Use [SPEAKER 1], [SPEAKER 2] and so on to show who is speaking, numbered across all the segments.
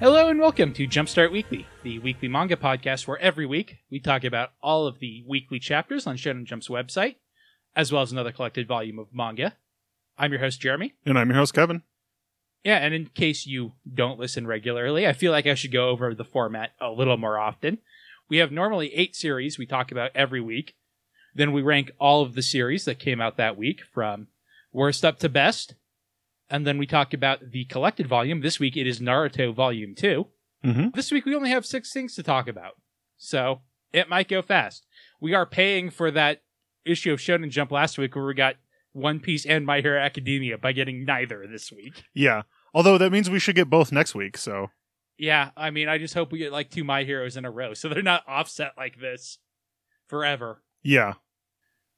[SPEAKER 1] Hello and welcome to Jumpstart Weekly, the weekly manga podcast where every week we talk about all of the weekly chapters on Shonen Jump's website, as well as another collected volume of manga. I'm your host, Jeremy.
[SPEAKER 2] And I'm your host, Kevin.
[SPEAKER 1] Yeah, and in case you don't listen regularly, I feel like I should go over the format a little more often. We have normally eight series we talk about every week. Then we rank all of the series that came out that week from worst up to best. And then we talk about the collected volume. This week it is Naruto Volume 2.
[SPEAKER 2] Mm-hmm.
[SPEAKER 1] This week we only have six things to talk about. So it might go fast. We are paying for that issue of Shonen Jump last week where we got One Piece and My Hero Academia by getting neither this week.
[SPEAKER 2] Yeah. Although that means we should get both next week, so
[SPEAKER 1] Yeah, I mean, I just hope we get like two My Heroes in a row so they're not offset like this forever.
[SPEAKER 2] yeah.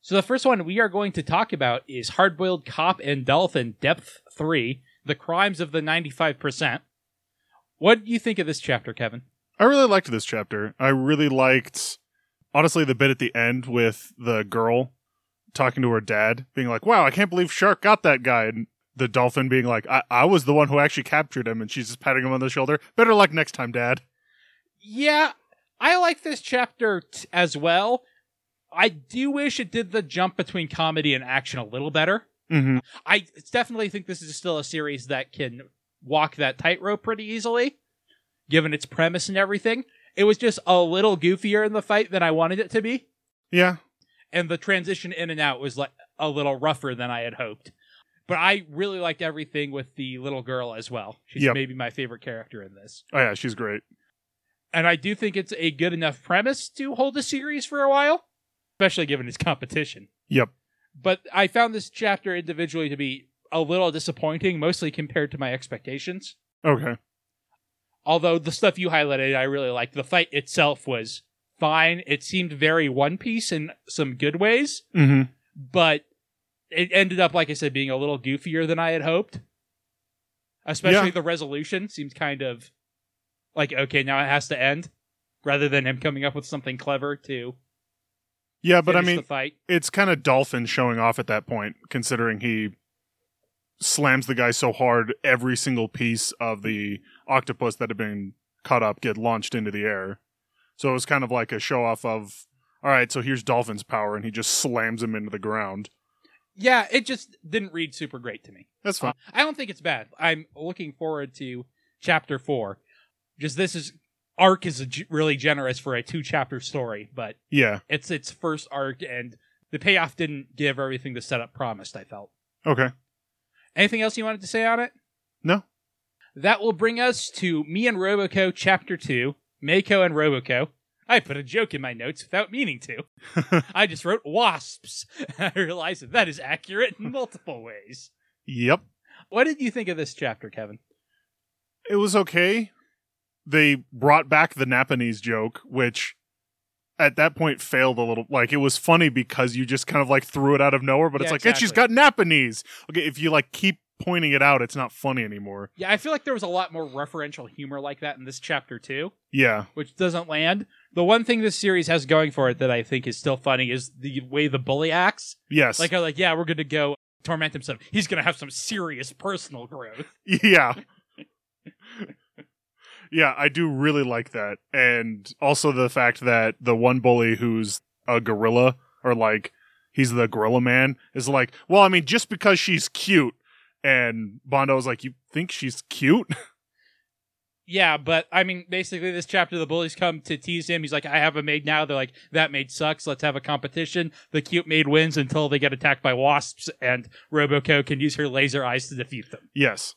[SPEAKER 1] So the first one we are going to talk about is Hardboiled Cop and Dolphin Depth 3, The Crimes of the 95%. What do you think of this chapter, Kevin?
[SPEAKER 2] I really liked this chapter. I really liked honestly the bit at the end with the girl talking to her dad, being like, Wow, I can't believe Shark got that guy and the dolphin being like, I, I was the one who actually captured him and she's just patting him on the shoulder. Better luck next time, Dad.
[SPEAKER 1] Yeah, I like this chapter t- as well. I do wish it did the jump between comedy and action a little better.
[SPEAKER 2] Mm-hmm.
[SPEAKER 1] I definitely think this is still a series that can walk that tightrope pretty easily, given its premise and everything. It was just a little goofier in the fight than I wanted it to be,
[SPEAKER 2] Yeah.
[SPEAKER 1] and the transition in and out was like a little rougher than I had hoped. But I really liked everything with the little girl as well. She's
[SPEAKER 2] Yep.
[SPEAKER 1] maybe my favorite character in this.
[SPEAKER 2] Oh yeah, she's great.
[SPEAKER 1] And I do think it's a good enough premise to hold a series for a while, especially given its competition.
[SPEAKER 2] Yep.
[SPEAKER 1] But I found this chapter individually to be a little disappointing, mostly compared to my expectations.
[SPEAKER 2] Okay.
[SPEAKER 1] Although the stuff you highlighted, I really liked. The fight itself was fine. It seemed very One Piece in some good ways,
[SPEAKER 2] Mm-hmm.
[SPEAKER 1] but it ended up, like I said, being a little goofier than I had hoped. Especially
[SPEAKER 2] Yeah.
[SPEAKER 1] the resolution seemed kind of like, okay, now it has to end, rather than him coming up with something clever to
[SPEAKER 2] Yeah, but I
[SPEAKER 1] finish
[SPEAKER 2] mean
[SPEAKER 1] the fight.
[SPEAKER 2] it's kind of dolphin showing off at that point considering he slams the guy so hard every single piece of the octopus that had been caught up get launched into the air so it was kind of like a show off of all right so here's dolphin's power and he just slams him into the ground
[SPEAKER 1] Yeah, it just didn't read super great to me.
[SPEAKER 2] that's fine
[SPEAKER 1] I don't think it's bad. I'm looking forward to chapter four. Just this is arc is a g- really generous for a two chapter story, but
[SPEAKER 2] yeah
[SPEAKER 1] it's its first arc, and the payoff didn't give everything the setup promised. I felt.
[SPEAKER 2] okay
[SPEAKER 1] Anything else you wanted to say on it?
[SPEAKER 2] No.
[SPEAKER 1] That will bring us to me and Roboco chapter two, Mako and Roboco. I put a joke in my notes without meaning to. I just wrote wasps. I realized that that is accurate in multiple ways.
[SPEAKER 2] yep
[SPEAKER 1] What did you think of this chapter, Kevin?
[SPEAKER 2] it was okay. They brought back the Napanese joke, which at that point failed a little. Like it was funny because you just kind of like threw it out of nowhere, but
[SPEAKER 1] Yeah,
[SPEAKER 2] it's like, and she's got
[SPEAKER 1] exactly.
[SPEAKER 2] Napanese. Okay, if you like keep pointing it out, it's not funny anymore.
[SPEAKER 1] Yeah, I feel like there was a lot more referential humor like that in this chapter too,
[SPEAKER 2] Yeah,
[SPEAKER 1] which doesn't land. The one thing this series has going for it that I think is still funny is the way the bully acts.
[SPEAKER 2] yes,
[SPEAKER 1] Like, I'm like, yeah, we're gonna go torment him some. He's gonna have some serious personal growth.
[SPEAKER 2] yeah, yeah. I do really like that, and also the fact that the one bully who's a gorilla or like he's the gorilla man is like, well, I mean, just because she's cute. And Bondo's like, you think she's cute?
[SPEAKER 1] Yeah, but I mean, basically, this chapter, the bullies come to tease him. He's like, I have a maid now. They're like, that maid sucks. Let's have a competition. The cute maid wins until they get attacked by wasps, and Roboco can use her laser eyes to defeat them.
[SPEAKER 2] Yes.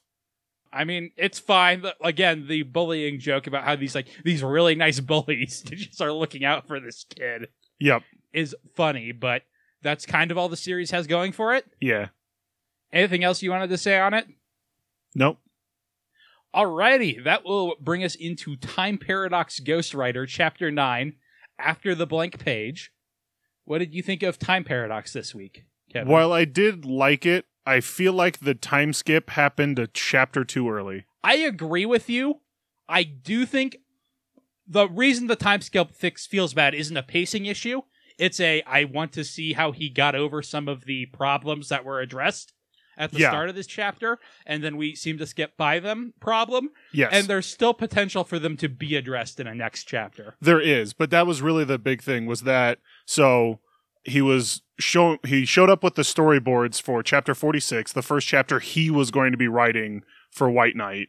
[SPEAKER 1] I mean, it's fine. The- Again, the bullying joke about how these like these really nice bullies just are looking out for this kid
[SPEAKER 2] Yep.
[SPEAKER 1] is funny, but that's kind of all the series has going for it.
[SPEAKER 2] Yeah.
[SPEAKER 1] Anything else you wanted to say on it?
[SPEAKER 2] Nope.
[SPEAKER 1] Alrighty, that will bring us into Time Paradox Ghostwriter Chapter 9, After the Blank Page. What did you think of Time Paradox this week, Kevin?
[SPEAKER 2] While I did like it, I feel like the time skip happened a chapter too early.
[SPEAKER 1] I agree with you. I do think the reason the time skip fix feels bad isn't a pacing issue. It's a I want to see how he got over some of the problems that were addressed. at the
[SPEAKER 2] Yeah.
[SPEAKER 1] start of this chapter, and then we seem to skip by them problem.
[SPEAKER 2] Yes.
[SPEAKER 1] And there's still potential for them to be addressed in a next chapter.
[SPEAKER 2] There is, but that was really the big thing was that so he was show he showed up with the storyboards for chapter 46, the first chapter he was going to be writing for White Knight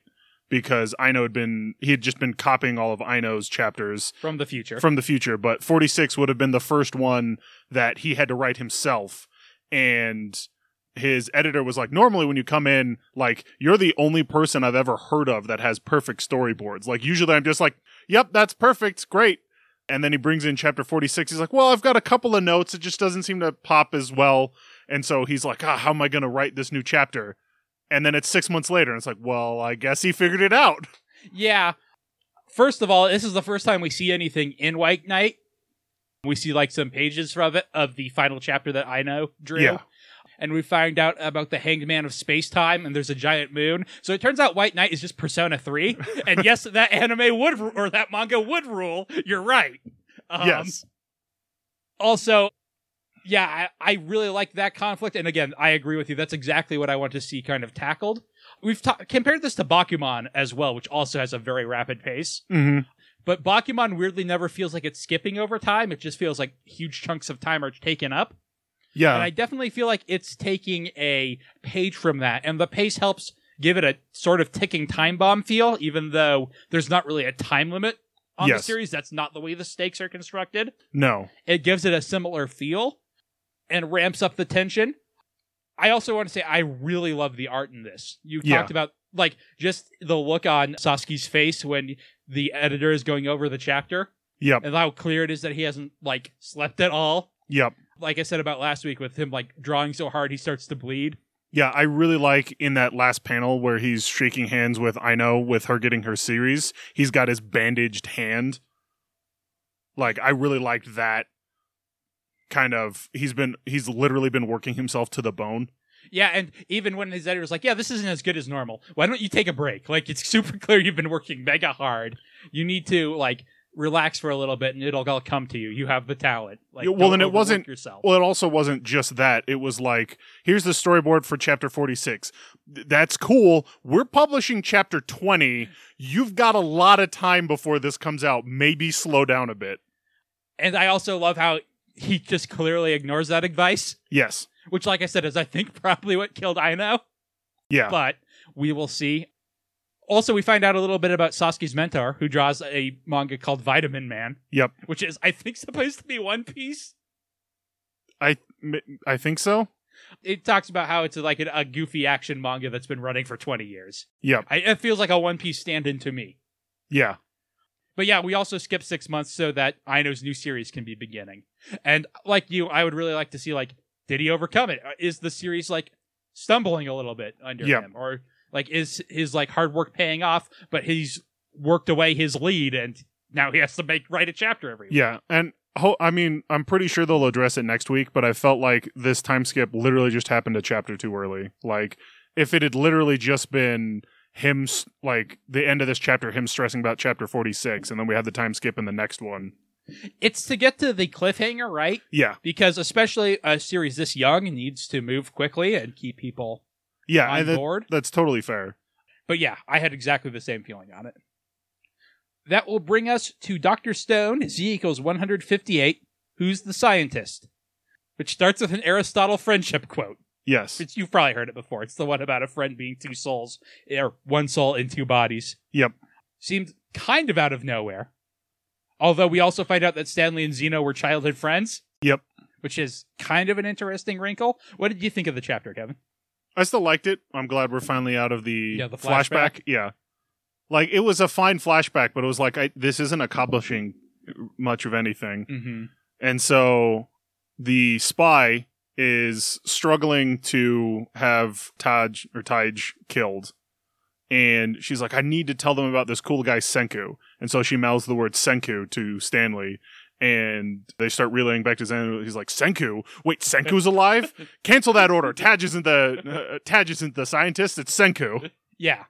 [SPEAKER 2] because Ino had been he had just been copying all of Ino's chapters
[SPEAKER 1] From the future.
[SPEAKER 2] from the future, but 46 would have been the first one that he had to write himself and his editor was like normally when you come in like you're the only person I've ever heard of that has perfect storyboards. Like usually I'm just like yep, that's perfect. Great. And then he brings in chapter 46. He's like, well, I've got a couple of notes. It just doesn't seem to pop as well. And so he's like, ah, how am I going to write this new chapter? And then it's six months later, and it's like, well, I guess he figured it out.
[SPEAKER 1] yeah. First of all, this is the first time we see anything in White Knight. We see like some pages from it of the final chapter that I know drew.
[SPEAKER 2] Yeah.
[SPEAKER 1] And we find out about the hanged man of space time, and there's a giant moon. So it turns out White Knight is just Persona 3. and yes, that anime would, ru- or that manga would rule. You're right. Um,
[SPEAKER 2] yes.
[SPEAKER 1] also yeah I, I really like that conflict and again i agree with you that's exactly what i want to see kind of tackled we've ta- compared this to bakuman as well which also has a very rapid pace
[SPEAKER 2] Mm-hmm.
[SPEAKER 1] but bakuman weirdly never feels like it's skipping over time it just feels like huge chunks of time are taken up
[SPEAKER 2] Yeah.
[SPEAKER 1] and i definitely feel like it's taking a page from that and the pace helps give it a sort of ticking time bomb feel even though there's not really a time limit on the
[SPEAKER 2] Yes.
[SPEAKER 1] series that's not the way the stakes are constructed
[SPEAKER 2] no.
[SPEAKER 1] it gives it a similar feel and ramps up the tension. I also want to say I really love the art in this. You
[SPEAKER 2] Yeah.
[SPEAKER 1] talked about like just the look on Sasuke's face when the editor is going over the chapter
[SPEAKER 2] Yep.
[SPEAKER 1] and how clear it is that he hasn't like slept at all.
[SPEAKER 2] Yep.
[SPEAKER 1] Like I said about last week with him like drawing so hard he starts to bleed.
[SPEAKER 2] Yeah, I really like in that last panel where he's shaking hands with Ino with her getting her series. He's got his bandaged hand. Like I really liked that kind of he's been he's literally been working himself to the bone.
[SPEAKER 1] Yeah, and even when his editor's like, "Yeah, this isn't as good as normal. Why don't you take a break? Like, it's super clear you've been working mega hard. You need to like relax for a little bit, and it'll all come to you. You have the talent. Like,
[SPEAKER 2] Yeah, well,
[SPEAKER 1] don't
[SPEAKER 2] and it
[SPEAKER 1] overwork
[SPEAKER 2] wasn't-
[SPEAKER 1] yourself.
[SPEAKER 2] Well, it also wasn't just that. It was like, here's the storyboard for chapter 46. Th- That's cool. We're publishing chapter 20. You've got a lot of time before this comes out. Maybe slow down a bit.
[SPEAKER 1] and I also love how he just clearly ignores that advice,
[SPEAKER 2] Yes.
[SPEAKER 1] which, like I said, is I think probably what killed Ino.
[SPEAKER 2] Yeah.
[SPEAKER 1] But we will see. Also, we find out a little bit about Sasuke's mentor, who draws a manga called Vitamin Man.
[SPEAKER 2] Yep.
[SPEAKER 1] Which is, I think, supposed to be One Piece.
[SPEAKER 2] M- I think so.
[SPEAKER 1] it talks about how it's like an, a goofy action manga that's been running for 20 years.
[SPEAKER 2] Yep.
[SPEAKER 1] I, it feels like a One Piece stand-in to me.
[SPEAKER 2] Yeah.
[SPEAKER 1] But yeah, we also skip six months so that Aino's new series can be beginning. And like you, I would really like to see like, did he overcome it? Uh, Is the series like stumbling a little bit under
[SPEAKER 2] Yep.
[SPEAKER 1] him, or like is his like hard work paying off? But he's worked away his lead, and now he has to make write a chapter every week.
[SPEAKER 2] Yeah, and ho- I mean, I'm pretty sure they'll address it next week, but I felt like this time skip literally just happened a chapter too early. Like, if it had literally just been him, s- like the end of this chapter, him stressing about chapter 46, and then we had the time skip in the next one.
[SPEAKER 1] It's to get to the cliffhanger, right?
[SPEAKER 2] Yeah,
[SPEAKER 1] Because especially a series this young needs to move quickly and keep people
[SPEAKER 2] yeah,
[SPEAKER 1] on
[SPEAKER 2] and that-
[SPEAKER 1] board.
[SPEAKER 2] that's totally fair.
[SPEAKER 1] But yeah, I had exactly the same feeling on it. That will bring us to Dr. Stone, Z equals 158, Who's the Scientist? Which starts with an Aristotle friendship quote.
[SPEAKER 2] Yes,
[SPEAKER 1] Which you've probably heard it before. It's the one about a friend being two souls, or one soul in two bodies.
[SPEAKER 2] Yep.
[SPEAKER 1] Seemed kind of out of nowhere. Although we also find out that Stanley and Zeno were childhood friends.
[SPEAKER 2] Yep.
[SPEAKER 1] Which is kind of an interesting wrinkle. What did you think of the chapter, Kevin?
[SPEAKER 2] I still liked it. I'm glad we're finally out of the,
[SPEAKER 1] Yeah, the
[SPEAKER 2] flashback.
[SPEAKER 1] flashback.
[SPEAKER 2] Yeah, like it was a fine flashback, but it was like I, this isn't accomplishing much of anything.
[SPEAKER 1] Mm-hmm.
[SPEAKER 2] And so the spy is struggling to have Taj or Taj killed. And she's like, I need to tell them about this cool guy, Senku. And so she mouths the word Senku to Stanley. And they start relaying back to Zen. He's like, Senku? Wait, Senku's alive? Cancel that order. Taj isn't the uh, Taj isn't the scientist. It's Senku.
[SPEAKER 1] Yeah.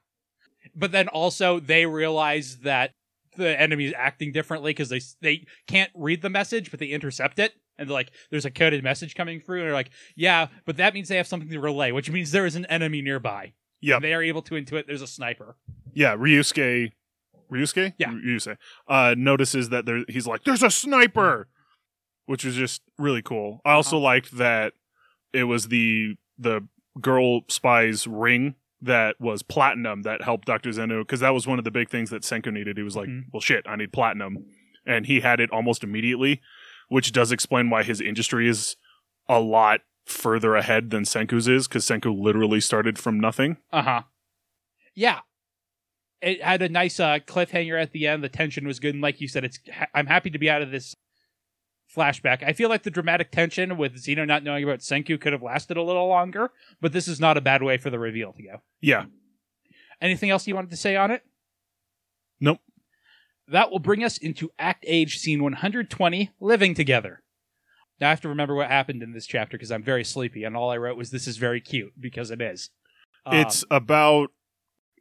[SPEAKER 1] But then also they realize that the enemies acting differently because they they can't read the message, but they intercept it. And they're like, there's a coded message coming through, and they're like, yeah, but that means they have something to relay, which means there is an enemy nearby.
[SPEAKER 2] Yep.
[SPEAKER 1] And They are able to intuit there's a sniper.
[SPEAKER 2] Yeah, Ryusuke. Ryusuke?
[SPEAKER 1] Yeah.
[SPEAKER 2] Ryusuke. Uh, notices that there, he's like, there's a sniper! Which was just really cool. I also liked that it was the the girl spy's ring that was platinum that helped Dr. Zeno, because that was one of the big things that Senko needed. He was like,
[SPEAKER 1] Mhm.
[SPEAKER 2] well, shit, I need platinum. And he had it almost immediately, which does explain why his industry is a lot further ahead than Senku's is, because Senku literally started from nothing.
[SPEAKER 1] Uh huh. Yeah. It had a nice uh, cliffhanger at the end. The tension was good, and like you said, it's. ha- I'm happy to be out of this flashback. I feel like the dramatic tension with Zeno not knowing about Senku could have lasted a little longer, but this is not a bad way for the reveal to go.
[SPEAKER 2] Yeah.
[SPEAKER 1] Anything else you wanted to say on it?
[SPEAKER 2] Nope.
[SPEAKER 1] That will bring us into Act Age, Scene 120, Living Together. Now I have to remember what happened in this chapter because I'm very sleepy, and all I wrote was "This is very cute" because it is. Um,
[SPEAKER 2] it's about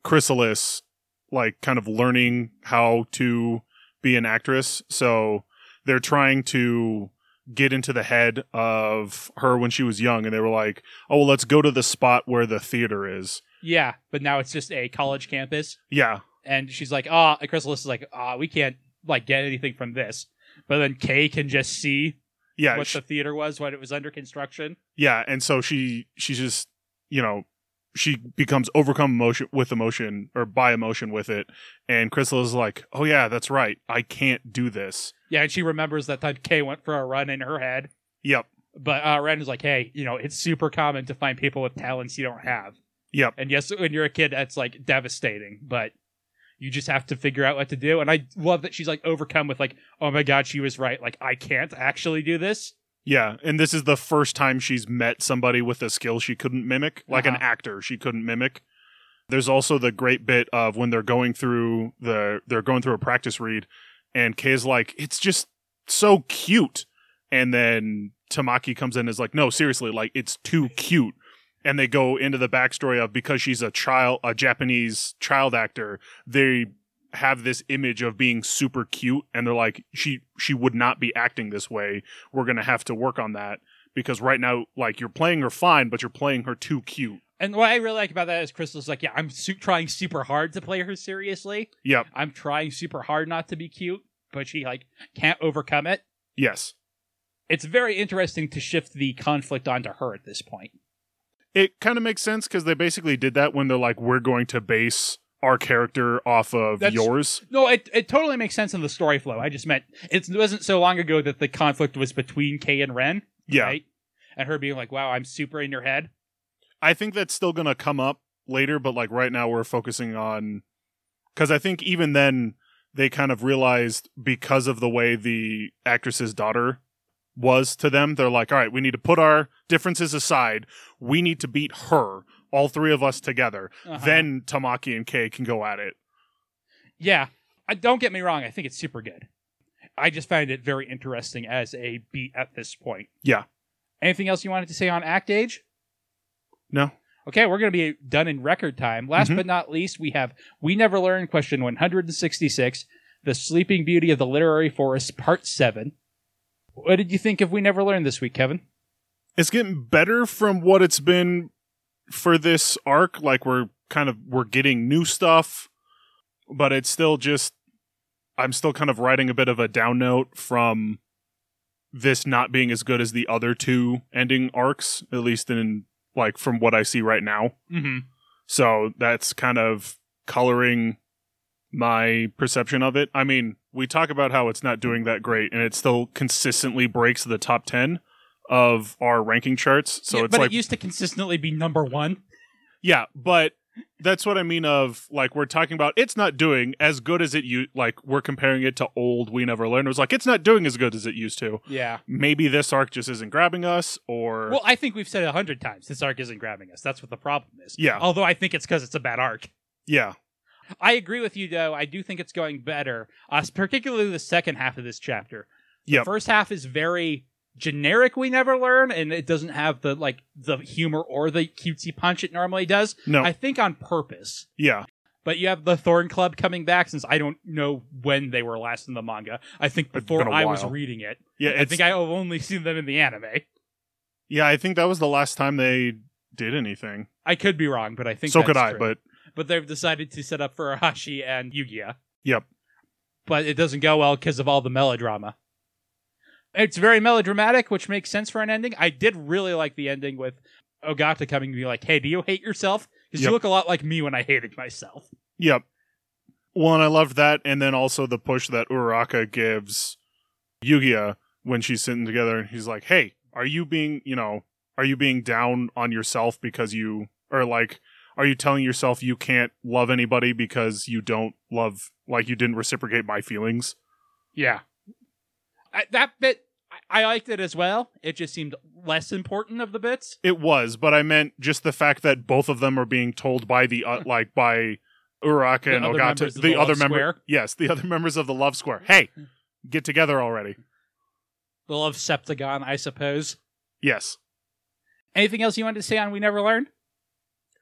[SPEAKER 2] chrysalis like kind of learning how to be an actress so they're trying to get into the head of her when she was young and they were like oh well let's go to the spot where the theater is
[SPEAKER 1] yeah, but now it's just a college campus,
[SPEAKER 2] yeah
[SPEAKER 1] and she's like, "Ah," and Chrysalis is like, "Ah, we can't like get anything from this." But then Kay can just see
[SPEAKER 2] yeah
[SPEAKER 1] what
[SPEAKER 2] sh-
[SPEAKER 1] the theater was when it was under construction.
[SPEAKER 2] yeah and so she she just you know she becomes overcome emotion with emotion or by emotion with it and chrysalis is like oh yeah that's right i can't do this
[SPEAKER 1] Yeah, and she remembers that time Kay went for a run in her head.
[SPEAKER 2] yep
[SPEAKER 1] But uh, Ren is like, hey, you know, it's super common to find people with talents you don't have.
[SPEAKER 2] Yep.
[SPEAKER 1] And yes, when you're a kid, that's like devastating, but you just have to figure out what to do. And I love that she's like overcome with like, oh my god, she was right. Like I can't actually do this.
[SPEAKER 2] Yeah, and this is the first time she's met somebody with a skill she couldn't mimic, like an
[SPEAKER 1] Uh-huh.
[SPEAKER 2] actor she couldn't mimic. There's also the great bit of when they're going through the they're going through a practice read, and Kay's like, "It's just so cute," and then Tamaki comes in and is like, "No, seriously, like it's too cute." And they go into the backstory of because she's a child, a Japanese child actor, they have this image of being super cute, and they're like, she she would not be acting this way we're gonna have to work on that because right now like you're playing her fine but you're playing her too cute
[SPEAKER 1] And what I really like about that is Crystal's like, yeah, I'm su- trying super hard to play her seriously.
[SPEAKER 2] yep
[SPEAKER 1] I'm trying super hard not to be cute, but she like can't overcome it.
[SPEAKER 2] yes
[SPEAKER 1] It's very interesting to shift the conflict onto her at this point.
[SPEAKER 2] it kind of makes sense because they basically did that when they're like we're going to base our character off of
[SPEAKER 1] That's-
[SPEAKER 2] yours
[SPEAKER 1] No, it, it totally makes sense in the story flow. I just meant it wasn't so long ago that the conflict was between Kay and Ren,
[SPEAKER 2] yeah
[SPEAKER 1] right? And her being like, "Wow, I'm super in your head."
[SPEAKER 2] i think that's still gonna come up later but like right now we're focusing on because i think even then they kind of realized because of the way the actress's daughter was to them they're like all right we need to put our differences aside we need to beat her all three of us together
[SPEAKER 1] Uh-huh.
[SPEAKER 2] then Tamaki and Kay can go at it.
[SPEAKER 1] yeah, I, don't get me wrong. I think it's super good. I just found it very interesting as a beat at this point.
[SPEAKER 2] Yeah.
[SPEAKER 1] Anything else you wanted to say on Act Age?
[SPEAKER 2] No.
[SPEAKER 1] Okay, we're going to be done in record time. Last
[SPEAKER 2] Mhm.
[SPEAKER 1] but not least, we have We Never Learn question 166, The Sleeping Beauty of the Literary Forest, Part 7. What did you think of We Never Learn this week, Kevin?
[SPEAKER 2] It's getting better from what it's been for this arc. Like we're kind of we're getting new stuff, but it's still just I'm still kind of writing a bit of a down note from this not being as good as the other two ending arcs, at least in like from what I see right now.
[SPEAKER 1] Mm-hmm.
[SPEAKER 2] So that's kind of coloring my perception of it. I mean, we talk about how it's not doing that great and it still consistently breaks the top 10 of our ranking charts. So
[SPEAKER 1] Yeah,
[SPEAKER 2] it's
[SPEAKER 1] but
[SPEAKER 2] like,
[SPEAKER 1] it used to consistently be number one.
[SPEAKER 2] yeah, but that's what I mean of like, we're talking about it's not doing as good as it you like, we're comparing it to old We Never Learned. It was like, it's not doing as good as it used to.
[SPEAKER 1] Yeah.
[SPEAKER 2] Maybe this arc just isn't grabbing us or.
[SPEAKER 1] Well, I think we've said it a hundred times. This arc isn't grabbing us. That's what the problem is.
[SPEAKER 2] Yeah.
[SPEAKER 1] Although I think it's because it's a bad arc.
[SPEAKER 2] yeah.
[SPEAKER 1] I agree with you, though. I do think it's going better, uh, particularly the second half of this chapter. The
[SPEAKER 2] Yep.
[SPEAKER 1] first half is very generic. We never learn, and it doesn't have the like the humor or the cutesy punch it normally does.
[SPEAKER 2] No.
[SPEAKER 1] I think on purpose.
[SPEAKER 2] yeah.
[SPEAKER 1] But you have the Thorn Club coming back since I don't know when they were last in the manga. I think
[SPEAKER 2] It's
[SPEAKER 1] before
[SPEAKER 2] been a
[SPEAKER 1] I was
[SPEAKER 2] while.
[SPEAKER 1] reading it.
[SPEAKER 2] Yeah,
[SPEAKER 1] I think I've only seen them in the anime.
[SPEAKER 2] yeah, I think that was the last time they did anything.
[SPEAKER 1] I could be wrong, but I think
[SPEAKER 2] So could
[SPEAKER 1] that's
[SPEAKER 2] I,
[SPEAKER 1] true.
[SPEAKER 2] but
[SPEAKER 1] but they've decided to set up for Hashi and Yu-Gi-Oh.
[SPEAKER 2] Yep.
[SPEAKER 1] But it doesn't go well because of all the melodrama. It's very melodramatic, which makes sense for an ending. I did really like the ending with Ogata coming and being like, "Hey, do you hate yourself? Because
[SPEAKER 2] Yep.
[SPEAKER 1] you look a lot like me when I hated myself."
[SPEAKER 2] Yep. Well, and I love that, and then also the push that Uraraka gives Yugia when she's sitting together, and he's like, "Hey, are you being, you know, are you being down on yourself because you, or like, are you telling yourself you can't love anybody because you don't love, like, you didn't reciprocate my feelings?"
[SPEAKER 1] Yeah. I, that bit, I, I liked it as well. It just seemed less important of the bits.
[SPEAKER 2] It was, but I meant just the fact that both of them are being told by the, uh, like, by Uraraka
[SPEAKER 1] The
[SPEAKER 2] and
[SPEAKER 1] other
[SPEAKER 2] Ogata,
[SPEAKER 1] members of
[SPEAKER 2] the,
[SPEAKER 1] the
[SPEAKER 2] other
[SPEAKER 1] Love
[SPEAKER 2] member,
[SPEAKER 1] Square. Hmm.
[SPEAKER 2] yes, the other members of the Love Square. Hey, get together already.
[SPEAKER 1] The love Septagon, I suppose.
[SPEAKER 2] Yes.
[SPEAKER 1] Anything else you wanted to say on We Never Learned?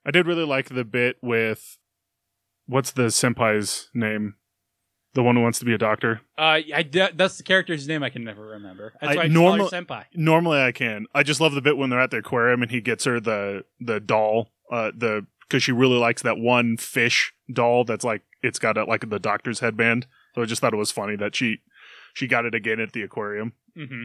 [SPEAKER 2] I did really like the bit with what's the senpai's name? The one who wants to be a doctor.
[SPEAKER 1] Uh, I, that- that's the character's name I can never remember. That's
[SPEAKER 2] I-
[SPEAKER 1] why I just call her
[SPEAKER 2] normal-
[SPEAKER 1] Senpai.
[SPEAKER 2] Normally I can. I just love the bit when they're at the aquarium and he gets her the the doll, uh the cuz she really likes that one fish doll that's like it's got a, like the doctor's headband. So I just thought it was funny that she she got it again at the aquarium.
[SPEAKER 1] hmm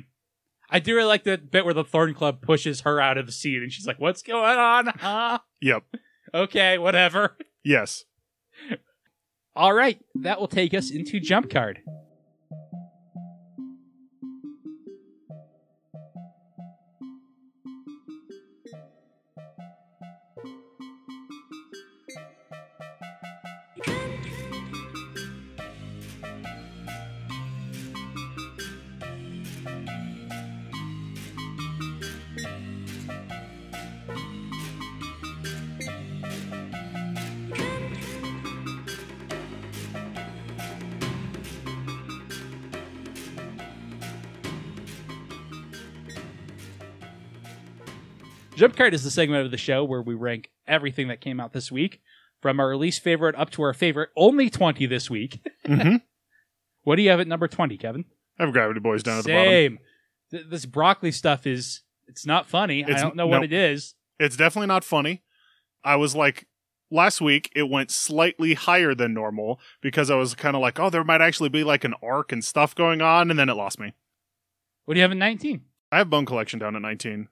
[SPEAKER 1] I do really like the bit where the Thorn Club pushes her out of the seat, and she's like, "What's going on? Huh?
[SPEAKER 2] Yep.
[SPEAKER 1] Okay, whatever."
[SPEAKER 2] Yes.
[SPEAKER 1] All right, that will take us into Jump Card. Jump Card is the segment of the show where we rank everything that came out this week, from our least favorite up to our favorite. Only twenty this week.
[SPEAKER 2] Mhm.
[SPEAKER 1] What do you have at number twenty, Kevin?
[SPEAKER 2] I have Gravity Boys down at the bottom.
[SPEAKER 1] Same. Th- this broccoli stuff is—it's not funny. I
[SPEAKER 2] It's-
[SPEAKER 1] don't know what
[SPEAKER 2] no.
[SPEAKER 1] it is.
[SPEAKER 2] It's definitely not funny. I was like last week it went slightly higher than normal because I was kind of like, oh, there might actually be like an arc and stuff going on, and then it lost me.
[SPEAKER 1] What do you have at nineteen?
[SPEAKER 2] I have Bone Collection down at 19.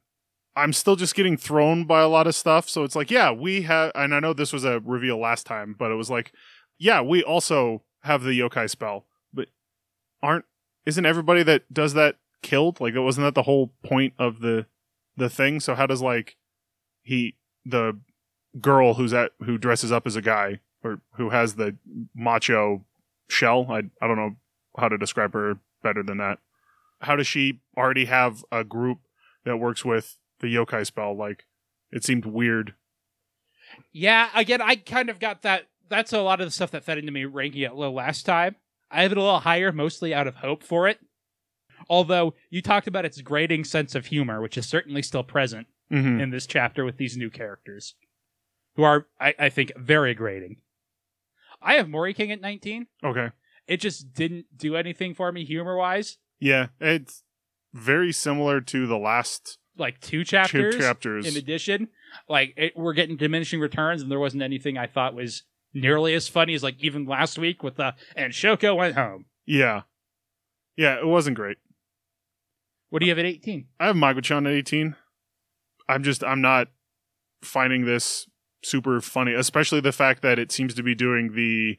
[SPEAKER 2] I'm still just getting thrown by a lot of stuff, so it's like, yeah, we have and I know this was a reveal last time, but it was like, yeah, we also have the yokai spell, but aren't isn't everybody that does that killed? Like wasn't that the whole point of the the thing? So how does like he the girl who's at who dresses up as a guy or who has the macho shell? I I don't know how to describe her better than that. How does she already have a group that works with the yokai spell? Like it seemed weird.
[SPEAKER 1] Yeah, again, I kind of got that. That's a lot of the stuff that fed into me ranking it low last time. I have it a little higher, mostly out of hope for it. Although you talked about its grating sense of humor, which is certainly still present
[SPEAKER 2] Mm-hmm.
[SPEAKER 1] in this chapter with these new characters, who are, I, I think, very grating. I have Mori King at 19.
[SPEAKER 2] Okay.
[SPEAKER 1] It just didn't do anything for me humor wise.
[SPEAKER 2] Yeah, it's very similar to the last
[SPEAKER 1] Like two
[SPEAKER 2] two
[SPEAKER 1] chapters.
[SPEAKER 2] chapters.
[SPEAKER 1] in addition like it, we're getting diminishing returns and there wasn't anything i thought was nearly as funny as like even last week with the and shoko went home
[SPEAKER 2] yeah. Yeah, it wasn't great.
[SPEAKER 1] what do you have at 18
[SPEAKER 2] I have Maguchan at 18. I'm just I'm not finding this super funny, especially the fact that it seems to be doing the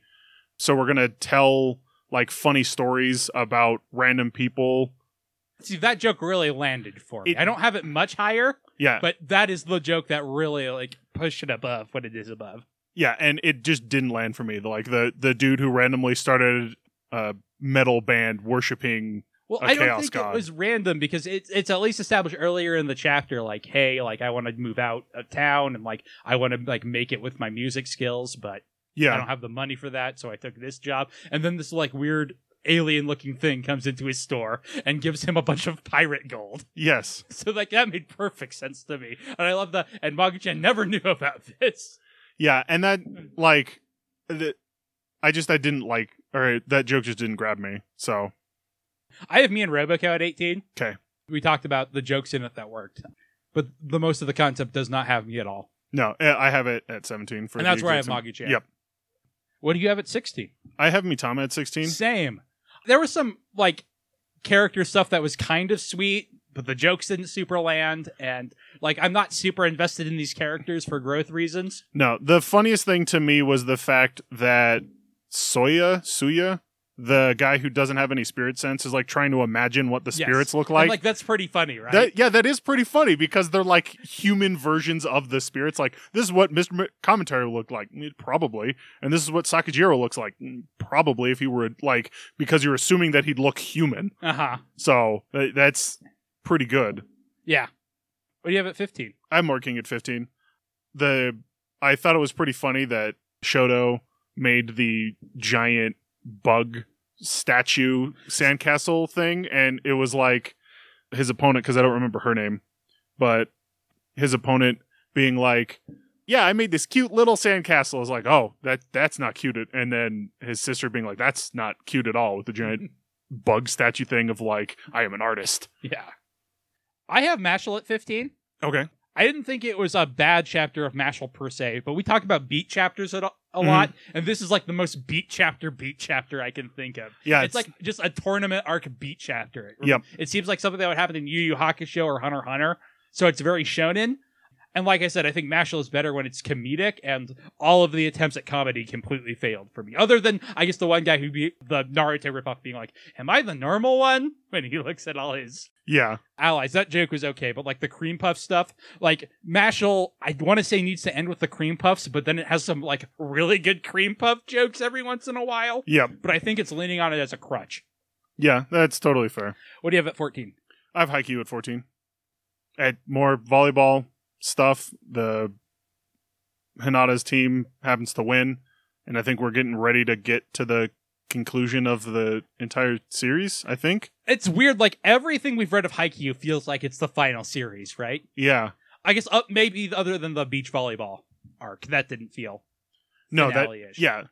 [SPEAKER 2] so we're going to tell like funny stories about random people.
[SPEAKER 1] see that joke really landed for me
[SPEAKER 2] It-
[SPEAKER 1] i don't have it much higher
[SPEAKER 2] Yeah.
[SPEAKER 1] but that is the joke that really like pushed it above what it is above
[SPEAKER 2] yeah, and it just didn't land for me. The- Like the the dude who randomly started a metal band worshiping
[SPEAKER 1] well
[SPEAKER 2] A
[SPEAKER 1] I i don't
[SPEAKER 2] chaos
[SPEAKER 1] think
[SPEAKER 2] god.
[SPEAKER 1] it was random because it's it's at least established earlier in the chapter like hey like i want to move out of town and like i want to like make it with my music skills but I
[SPEAKER 2] yeah,
[SPEAKER 1] don't have the money for that, so I took this job. And then this like weird alien looking thing comes into his store and gives him a bunch of pirate gold.
[SPEAKER 2] yes.
[SPEAKER 1] So like that made perfect sense to me. And I love that and Maguchan never knew about this.
[SPEAKER 2] Yeah, and that like the, I just I didn't like. All right, that joke just didn't grab me. So
[SPEAKER 1] I have me and Roboco at 18.
[SPEAKER 2] 'Kay.
[SPEAKER 1] We talked about the jokes in it that worked, but the most of the concept does not have me at all.
[SPEAKER 2] no, eh, I have it at seventeen for.
[SPEAKER 1] and
[SPEAKER 2] the
[SPEAKER 1] that's where I have
[SPEAKER 2] exact same-
[SPEAKER 1] Magu Chan.
[SPEAKER 2] Yep.
[SPEAKER 1] What do you have at 16?
[SPEAKER 2] I have Mitama at sixteen.
[SPEAKER 1] Same. There was some like character stuff that was kind of sweet, but the jokes didn't super land. And like, I'm not super invested in these characters for growth reasons.
[SPEAKER 2] No, the funniest thing to me was the fact that Soya Suya, the guy who doesn't have any spirit sense, is like trying to imagine what the
[SPEAKER 1] Yes.
[SPEAKER 2] spirits look
[SPEAKER 1] I'm
[SPEAKER 2] like.
[SPEAKER 1] like, that's pretty funny, right?
[SPEAKER 2] That, yeah, that is pretty funny because they're like human versions of the spirits. Like this is what Mister M- Commentary looked like, Mm, probably, and this is what Sakajiro looks like, Mm, probably. If you were like, because you're assuming that he'd look human,
[SPEAKER 1] Uh huh.
[SPEAKER 2] so uh, that's pretty good.
[SPEAKER 1] Yeah. What do you have at 15?
[SPEAKER 2] I'm marking at 15. The I thought it was pretty funny that Shoto made the giant bug statue sandcastle thing, and it was like his opponent because I don't remember her name, but his opponent being like, "Yeah, I made this cute little sandcastle." I was like, "Oh, that that's not cute," at- and then his sister being like, "That's not cute at all," with the giant bug statue thing of like, "I am an artist."
[SPEAKER 1] Yeah. I have Mashal at 15.
[SPEAKER 2] Okay.
[SPEAKER 1] I didn't think it was a bad chapter of Mashal per se, but we talk about beat chapters at a, a
[SPEAKER 2] Mm-hmm.
[SPEAKER 1] lot, and this is like the most beat chapter beat chapter I can think of.
[SPEAKER 2] Yeah,
[SPEAKER 1] it's, like just a tournament arc beat chapter. It,
[SPEAKER 2] Yep.
[SPEAKER 1] it seems like something that would happen in Yu Yu Hakusho or Hunter x Hunter. So it's very shonen. And like I said, I think Mashal is better when it's comedic, and all of the attempts at comedy completely failed for me. Other than I guess the one guy who be the Naruto ripoff being like, "Am I the normal one?" when he looks at all his
[SPEAKER 2] yeah.
[SPEAKER 1] allies. That joke was okay, but like the cream puff stuff, like Mashal, I want to say needs to end with the cream puffs, but then it has some like really good cream puff jokes every once in a while.
[SPEAKER 2] Yep.
[SPEAKER 1] But I think it's leaning on it as a crutch.
[SPEAKER 2] Yeah, that's totally fair.
[SPEAKER 1] What do you have at 14?
[SPEAKER 2] I have Haikyuu at 14. At more volleyball stuff, the Hinata's team happens to win, and I think we're getting ready to get to the conclusion of the entire series, I think.
[SPEAKER 1] It's weird, like everything we've read of Haikyuu feels like it's the final series, right?
[SPEAKER 2] Yeah.
[SPEAKER 1] I guess up maybe other than the beach volleyball arc. That didn't feel
[SPEAKER 2] No, that
[SPEAKER 1] finale-ish.
[SPEAKER 2] yeah.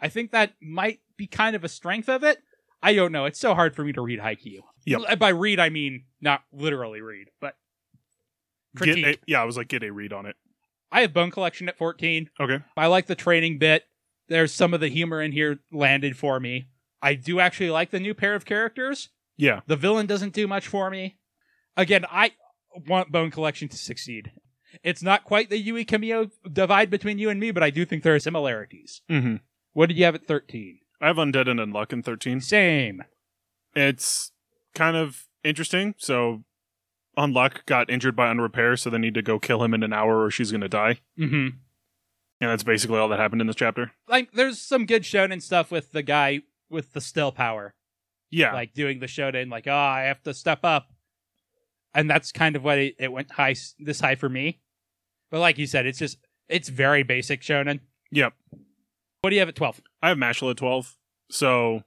[SPEAKER 1] I think that might be kind of a strength of it. I don't know. It's so hard for me to read Haikyuu.
[SPEAKER 2] Yep.
[SPEAKER 1] By read, I mean not literally read, but
[SPEAKER 2] Get
[SPEAKER 1] critique.
[SPEAKER 2] a, yeah, I was like get a read on it.
[SPEAKER 1] I have Bone Collection at 14.
[SPEAKER 2] Okay.
[SPEAKER 1] I like the training bit. There's some of the humor in here landed for me. I do actually like the new pair of characters.
[SPEAKER 2] Yeah.
[SPEAKER 1] The villain doesn't do much for me. Again, I want Bone Collection to succeed. It's not quite the Yui Cameo divide between you and me, but I do think there are similarities.
[SPEAKER 2] Mhm.
[SPEAKER 1] What did you have at 13?
[SPEAKER 2] I have Undead and Unluck in 13.
[SPEAKER 1] Same.
[SPEAKER 2] It's kind of interesting. So Unluck got injured by unrepair, so they need to go kill him in an hour or she's going to die.
[SPEAKER 1] Mm-hmm.
[SPEAKER 2] And that's basically all that happened in this chapter.
[SPEAKER 1] Like, there's some good shonen stuff with the guy with the still power.
[SPEAKER 2] Yeah.
[SPEAKER 1] like doing the shonen like oh i have to step up and that's kind of what it, it went high s- this high for me but like you said it's just it's very basic shonen
[SPEAKER 2] yep.
[SPEAKER 1] what do you have at 12
[SPEAKER 2] I have Mashal at twelve, so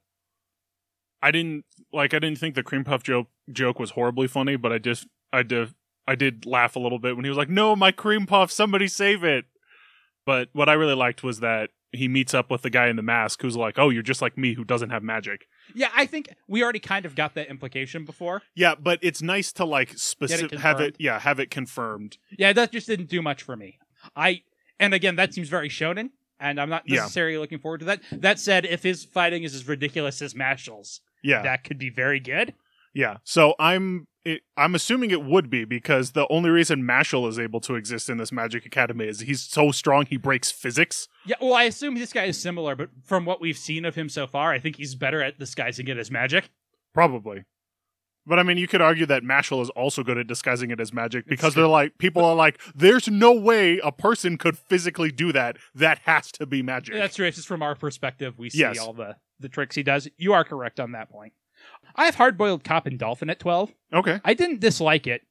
[SPEAKER 2] I didn't like. I didn't think the cream puff joke joke was horribly funny, but I just I did I did laugh a little bit when he was like, "No, my cream puff! Somebody save it!" But what I really liked was that he meets up with the guy in the mask who's like, "Oh, you're just like me, who doesn't have magic."
[SPEAKER 1] yeah i think we already kind of got that implication before
[SPEAKER 2] Yeah, but it's nice to like specific have
[SPEAKER 1] confirmed.
[SPEAKER 2] it. Yeah, have it confirmed.
[SPEAKER 1] yeah that just didn't do much for me i and again that seems very shonen and i'm not
[SPEAKER 2] Yeah.
[SPEAKER 1] necessarily looking forward to that that said if his fighting is as ridiculous as mashal's
[SPEAKER 2] Yeah,
[SPEAKER 1] that could be very good
[SPEAKER 2] yeah. So I'm. It, I'm assuming it would be because the only reason Mashal is able to exist in this Magic Academy is he's so strong he breaks physics.
[SPEAKER 1] yeah well i assume this guy is similar but from what we've seen of him so far i think he's better at disguising it as magic
[SPEAKER 2] Probably. But I mean, you could argue that Mashal is also good at disguising it as magic because
[SPEAKER 1] true.
[SPEAKER 2] they're like, people are like, there's no way a person could physically do that. That has to be magic.
[SPEAKER 1] That's true. It's just from our perspective, we see
[SPEAKER 2] Yes.
[SPEAKER 1] all the the tricks he does. You are correct on that point. I have hard boiled cop and dolphin at twelve.
[SPEAKER 2] okay.
[SPEAKER 1] I didn't dislike it,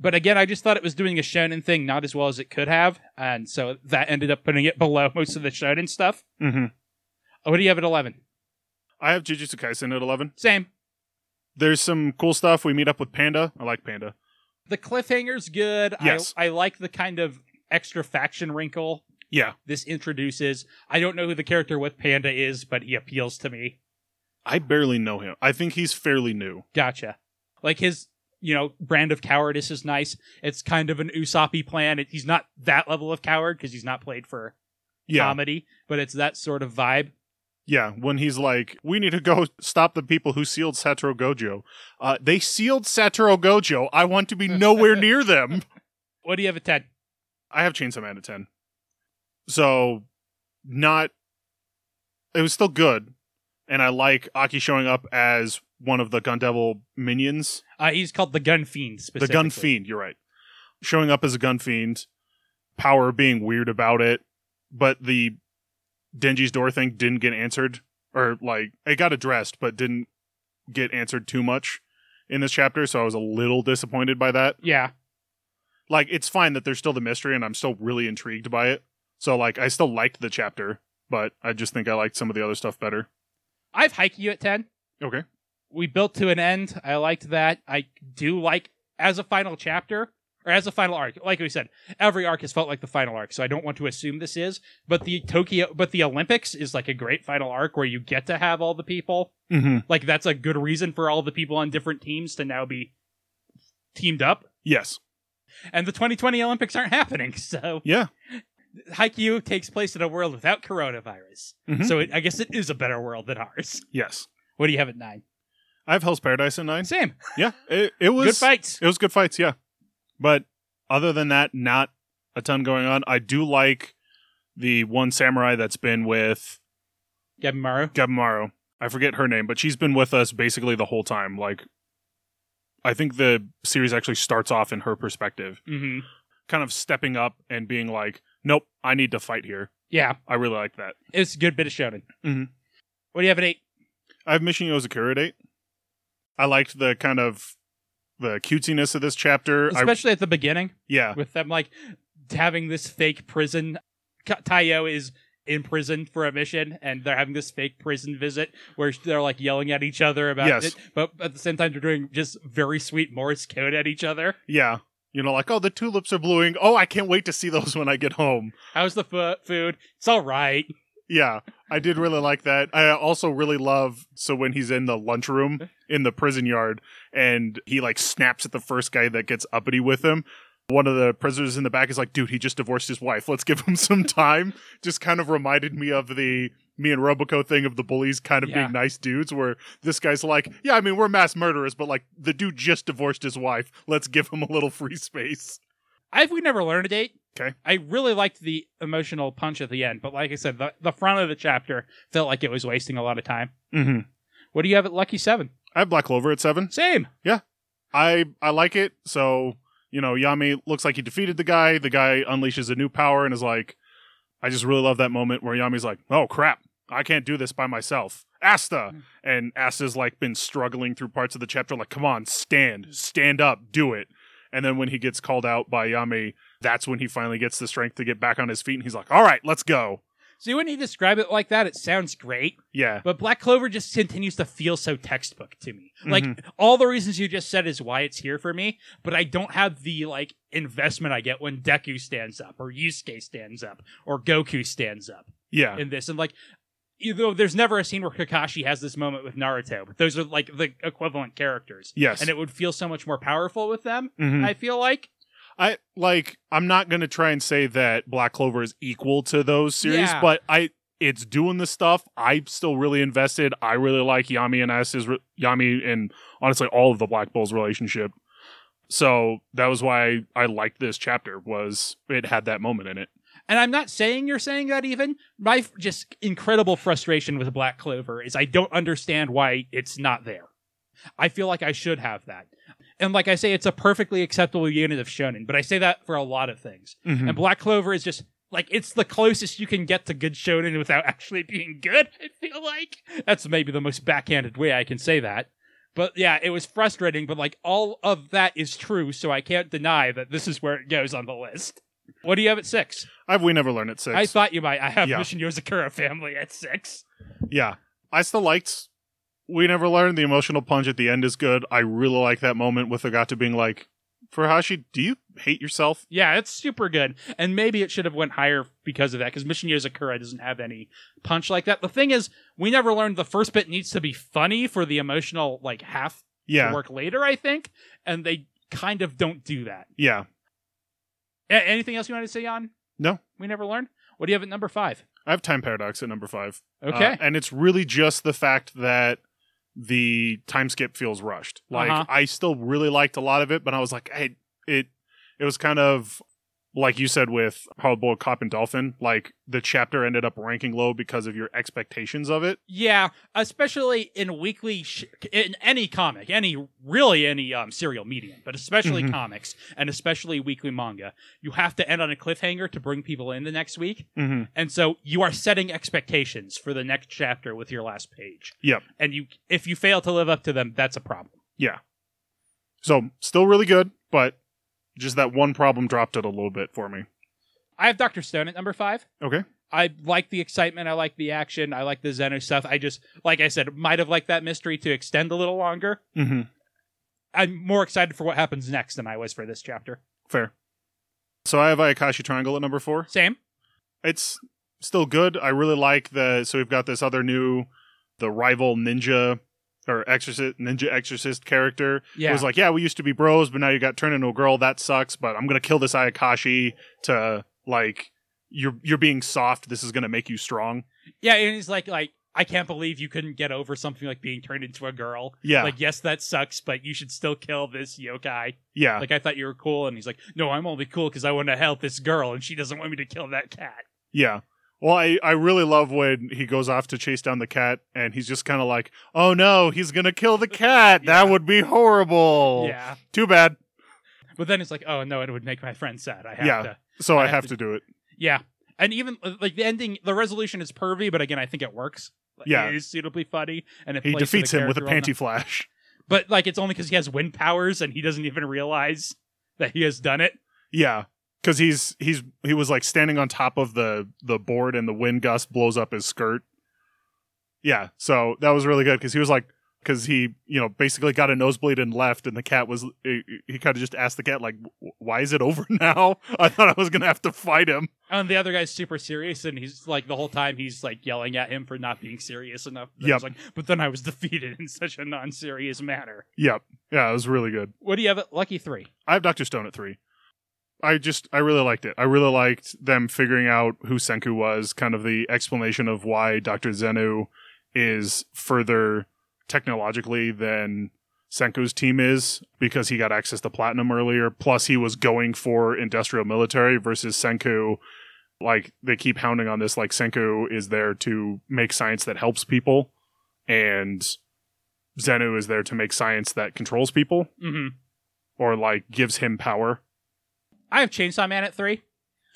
[SPEAKER 1] but again, I just thought it was doing a shonen thing not as well as it could have, and so that ended up putting it below most of the shonen stuff.
[SPEAKER 2] Mm-hmm.
[SPEAKER 1] What do you have at eleven?
[SPEAKER 2] I have Jujutsu Kaisen at 11.
[SPEAKER 1] Same.
[SPEAKER 2] There's some cool stuff. We meet up with Panda. I like Panda.
[SPEAKER 1] The cliffhanger's good.
[SPEAKER 2] Yes.
[SPEAKER 1] I, I like the kind of extra faction wrinkle.
[SPEAKER 2] Yeah.
[SPEAKER 1] This introduces. I don't know who the character with Panda is, but he appeals to me.
[SPEAKER 2] I barely know him. I think he's fairly new.
[SPEAKER 1] Gotcha. Like his, you know, brand of cowardice is nice. It's kind of an Usopp plan. It, he's not that level of coward because he's not played for
[SPEAKER 2] Yeah.
[SPEAKER 1] comedy, but it's that sort of vibe.
[SPEAKER 2] Yeah, when he's like, "We need to go stop the people who sealed Satoru Gojo." Uh, they sealed Satoru Gojo. I want to be nowhere near them.
[SPEAKER 1] What do you have at ten?
[SPEAKER 2] I have Chainsaw Man at ten, so not. It was still good, and I like Aki showing up as one of the Gun Devil minions,
[SPEAKER 1] Uh, he's called the Gun Fiend.
[SPEAKER 2] the
[SPEAKER 1] Specifically.
[SPEAKER 2] Gun Fiend. You're right, showing up as a Gun Fiend, power being weird about it, but the Denji's door thing didn't get answered, or like it got addressed, but didn't get answered too much in this chapter. So I was a little disappointed by that
[SPEAKER 1] Yeah.
[SPEAKER 2] like it's fine that there's still the mystery and I'm still really intrigued by it. So like I still liked the chapter, but I just think I liked some of the other stuff better.
[SPEAKER 1] I have Haikyuu at ten.
[SPEAKER 2] Okay.
[SPEAKER 1] we built to an end. I liked that. I do like as a final chapter or as a final arc. Like we said, every arc has felt like the final arc, so I don't want to assume this is. But the Tokyo, but the Olympics is like a great final arc where you get to have all the people.
[SPEAKER 2] Mm-hmm.
[SPEAKER 1] Like that's a good reason for all the people on different teams to now be teamed up.
[SPEAKER 2] Yes.
[SPEAKER 1] And the 2020 Olympics aren't happening, so
[SPEAKER 2] Yeah.
[SPEAKER 1] Haikyuu takes place in a world without coronavirus.
[SPEAKER 2] Mhm.
[SPEAKER 1] So it, I guess it is a better world than ours.
[SPEAKER 2] Yes.
[SPEAKER 1] What do you have at nine?
[SPEAKER 2] I have Hell's Paradise in nine.
[SPEAKER 1] Same.
[SPEAKER 2] Yeah. It, it was
[SPEAKER 1] Good fights.
[SPEAKER 2] It was good fights. Yeah. But other than that, not a ton going on. I do like the one samurai that's been with
[SPEAKER 1] Gabimaro.
[SPEAKER 2] Gabamaro. I forget her name, but she's been with us basically the whole time. Like, I think the series actually starts off in her perspective.
[SPEAKER 1] Mm-hmm.
[SPEAKER 2] kind of stepping up and being like, "Nope, I need to fight here."
[SPEAKER 1] Yeah.
[SPEAKER 2] I really like that.
[SPEAKER 1] It's a good bit of shonen.
[SPEAKER 2] Mhm.
[SPEAKER 1] What do you have at eight?
[SPEAKER 2] I have Mission Yozakura date. I liked the kind of the cutesiness of this chapter. I,
[SPEAKER 1] Especially at the beginning
[SPEAKER 2] yeah,
[SPEAKER 1] with them like having this fake prison. Ka- Taiyo is in prison for a mission, and they're having this fake prison visit where sh- they're like yelling at each other about
[SPEAKER 2] Yes.
[SPEAKER 1] it, but at the same time they're doing just very sweet Morse code at each other.
[SPEAKER 2] yeah. You know, like, oh, the tulips are blooming. Oh, I can't wait to see those when I get home.
[SPEAKER 1] How's the fu- food? It's all right.
[SPEAKER 2] Yeah, I did really like that. I also really love so when he's in the lunchroom in the prison yard and he like snaps at the first guy that gets uppity with him. One of the prisoners in the back is like, dude, he just divorced his wife. Let's give him some time. just kind of reminded me of the me and Robico thing of the bullies kind of
[SPEAKER 1] Yeah.
[SPEAKER 2] being nice dudes, where this guy's like, yeah, I mean, we're mass murderers, but like the dude just divorced his wife. Let's give him a little free space.
[SPEAKER 1] I've we never learned a date.
[SPEAKER 2] 'Kay.
[SPEAKER 1] I really liked the emotional punch at the end, but like I said, the, the front of the chapter felt like it was wasting a lot of time.
[SPEAKER 2] Mm-hmm.
[SPEAKER 1] What do you have at Lucky Seven?
[SPEAKER 2] I have Black Clover at seven.
[SPEAKER 1] Same.
[SPEAKER 2] I I like it. So you know, Yami looks like he defeated the guy. The guy unleashes a new power and is like, I just really love that moment where Yami's like, Oh crap, I can't do this by myself.
[SPEAKER 1] Hmm.
[SPEAKER 2] Asta and Asta's like been struggling through parts of the chapter, like, come on, stand, stand up, do it. And then when he gets called out by Yami, that's when he finally gets the strength to get back on his feet, and he's like, All right, let's go.
[SPEAKER 1] See, when you describe it like that, it sounds great,
[SPEAKER 2] Yeah,
[SPEAKER 1] but Black Clover just continues to feel so textbook to me. Like, all the reasons you just said is why it's here for me, but I don't have the, like, investment I get when Deku stands up, or Yusuke stands up, or Goku stands up
[SPEAKER 2] yeah,
[SPEAKER 1] in this. And, like, you know, there's never a scene where Kakashi has this moment with Naruto, but those are, like, the equivalent characters.
[SPEAKER 2] yes.
[SPEAKER 1] And it would feel so much more powerful with them,
[SPEAKER 2] Mhm.
[SPEAKER 1] I feel like.
[SPEAKER 2] I like I'm not gonna try and say that Black Clover is equal to those series,
[SPEAKER 1] Yeah.
[SPEAKER 2] but I it's doing the stuff. I'm still really invested. I really like Yami and S's re- Yami and honestly all of the Black Bulls relationship. So that was why I liked this chapter was it had that moment in it.
[SPEAKER 1] And I'm not saying you're saying that even. My f- just incredible frustration with Black Clover is I don't understand why it's not there. I feel like I should have that. And like I say, it's a perfectly acceptable unit of shonen, but I say that for a lot of things.
[SPEAKER 2] Hmm.
[SPEAKER 1] And Black Clover is just like it's the closest you can get to good shonen without actually being good, I feel like. That's maybe the most backhanded way I can say that. But yeah, it was frustrating, but like all of that is true, so I can't deny that this is where it goes on the list. What do you have at six?
[SPEAKER 2] I've we never learned at six.
[SPEAKER 1] I thought you might. I have
[SPEAKER 2] Yeah.
[SPEAKER 1] Mission Yozakura family at six.
[SPEAKER 2] Yeah. I still liked We Never Learned. The emotional punch at the end is good. I really like that moment with Agata being like, Furuhashi, do you hate yourself?
[SPEAKER 1] Yeah, it's super good. And maybe it should have went higher because of that, because Mission Yozakura doesn't have any punch like that. The thing is, we never learned the first bit needs to be funny for the emotional like half
[SPEAKER 2] Yeah.
[SPEAKER 1] to work later, I think. And they kind of don't do that.
[SPEAKER 2] Yeah.
[SPEAKER 1] A- anything else you want to say on?
[SPEAKER 2] No.
[SPEAKER 1] We never learned? What do you have at number five?
[SPEAKER 2] I have Time Paradox at number five.
[SPEAKER 1] Okay.
[SPEAKER 2] Uh, and it's really just the fact that the time skip feels rushed. Like
[SPEAKER 1] Uh-huh.
[SPEAKER 2] I still really liked a lot of it, but I was like, hey, it it was kind of like you said with Hardboiled Cop and Dolphin, like the chapter ended up ranking low because of your expectations of it.
[SPEAKER 1] Yeah, especially in weekly sh- in any comic, any really any um serial medium, but especially
[SPEAKER 2] Mhm.
[SPEAKER 1] comics and especially weekly manga, you have to end on a cliffhanger to bring people in the next week.
[SPEAKER 2] Mm-hmm.
[SPEAKER 1] And so you are setting expectations for the next chapter with your last page.
[SPEAKER 2] Yep.
[SPEAKER 1] And you if you fail to live up to them, that's a problem.
[SPEAKER 2] So still really good, but just that one problem dropped it a little bit for me.
[SPEAKER 1] I have Dr. Stone at number 5.
[SPEAKER 2] Okay.
[SPEAKER 1] I like the excitement, I like the action, I like the Zeno stuff. I just like I said, might have liked that mystery to extend a little longer.
[SPEAKER 2] Mm-hmm.
[SPEAKER 1] I'm more excited for what happens next than I was for this chapter.
[SPEAKER 2] Fair. So I have Ayakashi Triangle at number four.
[SPEAKER 1] Same.
[SPEAKER 2] it's still good. I really like the so we've got this other new the rival ninja or exorcist ninja exorcist character.
[SPEAKER 1] Yeah.
[SPEAKER 2] It was like, yeah, we used to be bros, but now you got turned into a girl. That sucks, but I'm going to kill this Ayakashi to like you're you're being soft. This is going to make you strong.
[SPEAKER 1] Yeah, and he's like, like I can't believe you couldn't get over something like being turned into a girl.
[SPEAKER 2] Yeah.
[SPEAKER 1] Like, yes, that sucks, but you should still kill this yokai.
[SPEAKER 2] yeah.
[SPEAKER 1] Like, I thought you were cool, and he's like, no, I'm only cool because I want to help this girl, and she doesn't want me to kill that cat.
[SPEAKER 2] Yeah. Well, I, I really love when he goes off to chase down the cat and he's just kind of like, oh no, he's going to kill the cat.
[SPEAKER 1] Yeah.
[SPEAKER 2] That would be horrible.
[SPEAKER 1] Yeah,
[SPEAKER 2] Too bad.
[SPEAKER 1] but then it's like, oh no, it would make my friend sad. I have
[SPEAKER 2] Yeah.
[SPEAKER 1] to.
[SPEAKER 2] So I,
[SPEAKER 1] have
[SPEAKER 2] have,
[SPEAKER 1] to-
[SPEAKER 2] to do it.
[SPEAKER 1] Yeah, and even uh, like the ending, the resolution is pervy, but again, I think it works. Like,
[SPEAKER 2] Yeah.
[SPEAKER 1] it is suitably funny, and it
[SPEAKER 2] He
[SPEAKER 1] plays to the
[SPEAKER 2] defeats him with a
[SPEAKER 1] character well
[SPEAKER 2] panty flash.
[SPEAKER 1] enough. But like, it's only because he has wind powers, and he doesn't even realize that he has done it.
[SPEAKER 2] Yeah, because he's he's he was like standing on top of the the board, and the wind gust blows up his skirt. Yeah, so that was really good because he was like because he you know basically got a nosebleed and left, and the cat was he, he kind of just asked the cat like, "W- "Why is it over now? I thought I was gonna have to fight him."
[SPEAKER 1] And the other guy's super serious, and he's like the whole time he's like yelling at him for not being serious enough. Then
[SPEAKER 2] Yep.
[SPEAKER 1] he's like, but then I was defeated in such a non-serious manner.
[SPEAKER 2] Yep, yeah, it was really good.
[SPEAKER 1] What do you have at Lucky Three?
[SPEAKER 2] I have Doctor Stone at three. I just I really liked it. I really liked them figuring out who Senku was, kind of the explanation of why Doctor Zenu is further technologically than Senku's team is because he got access to platinum earlier. Plus, he was going for industrial military versus Senku. Like they keep hounding on this, like Senku is there to make science that helps people, and Zenu is there to make science that controls people
[SPEAKER 1] Mm-hmm.
[SPEAKER 2] or like gives him power.
[SPEAKER 1] I have Chainsaw Man at three.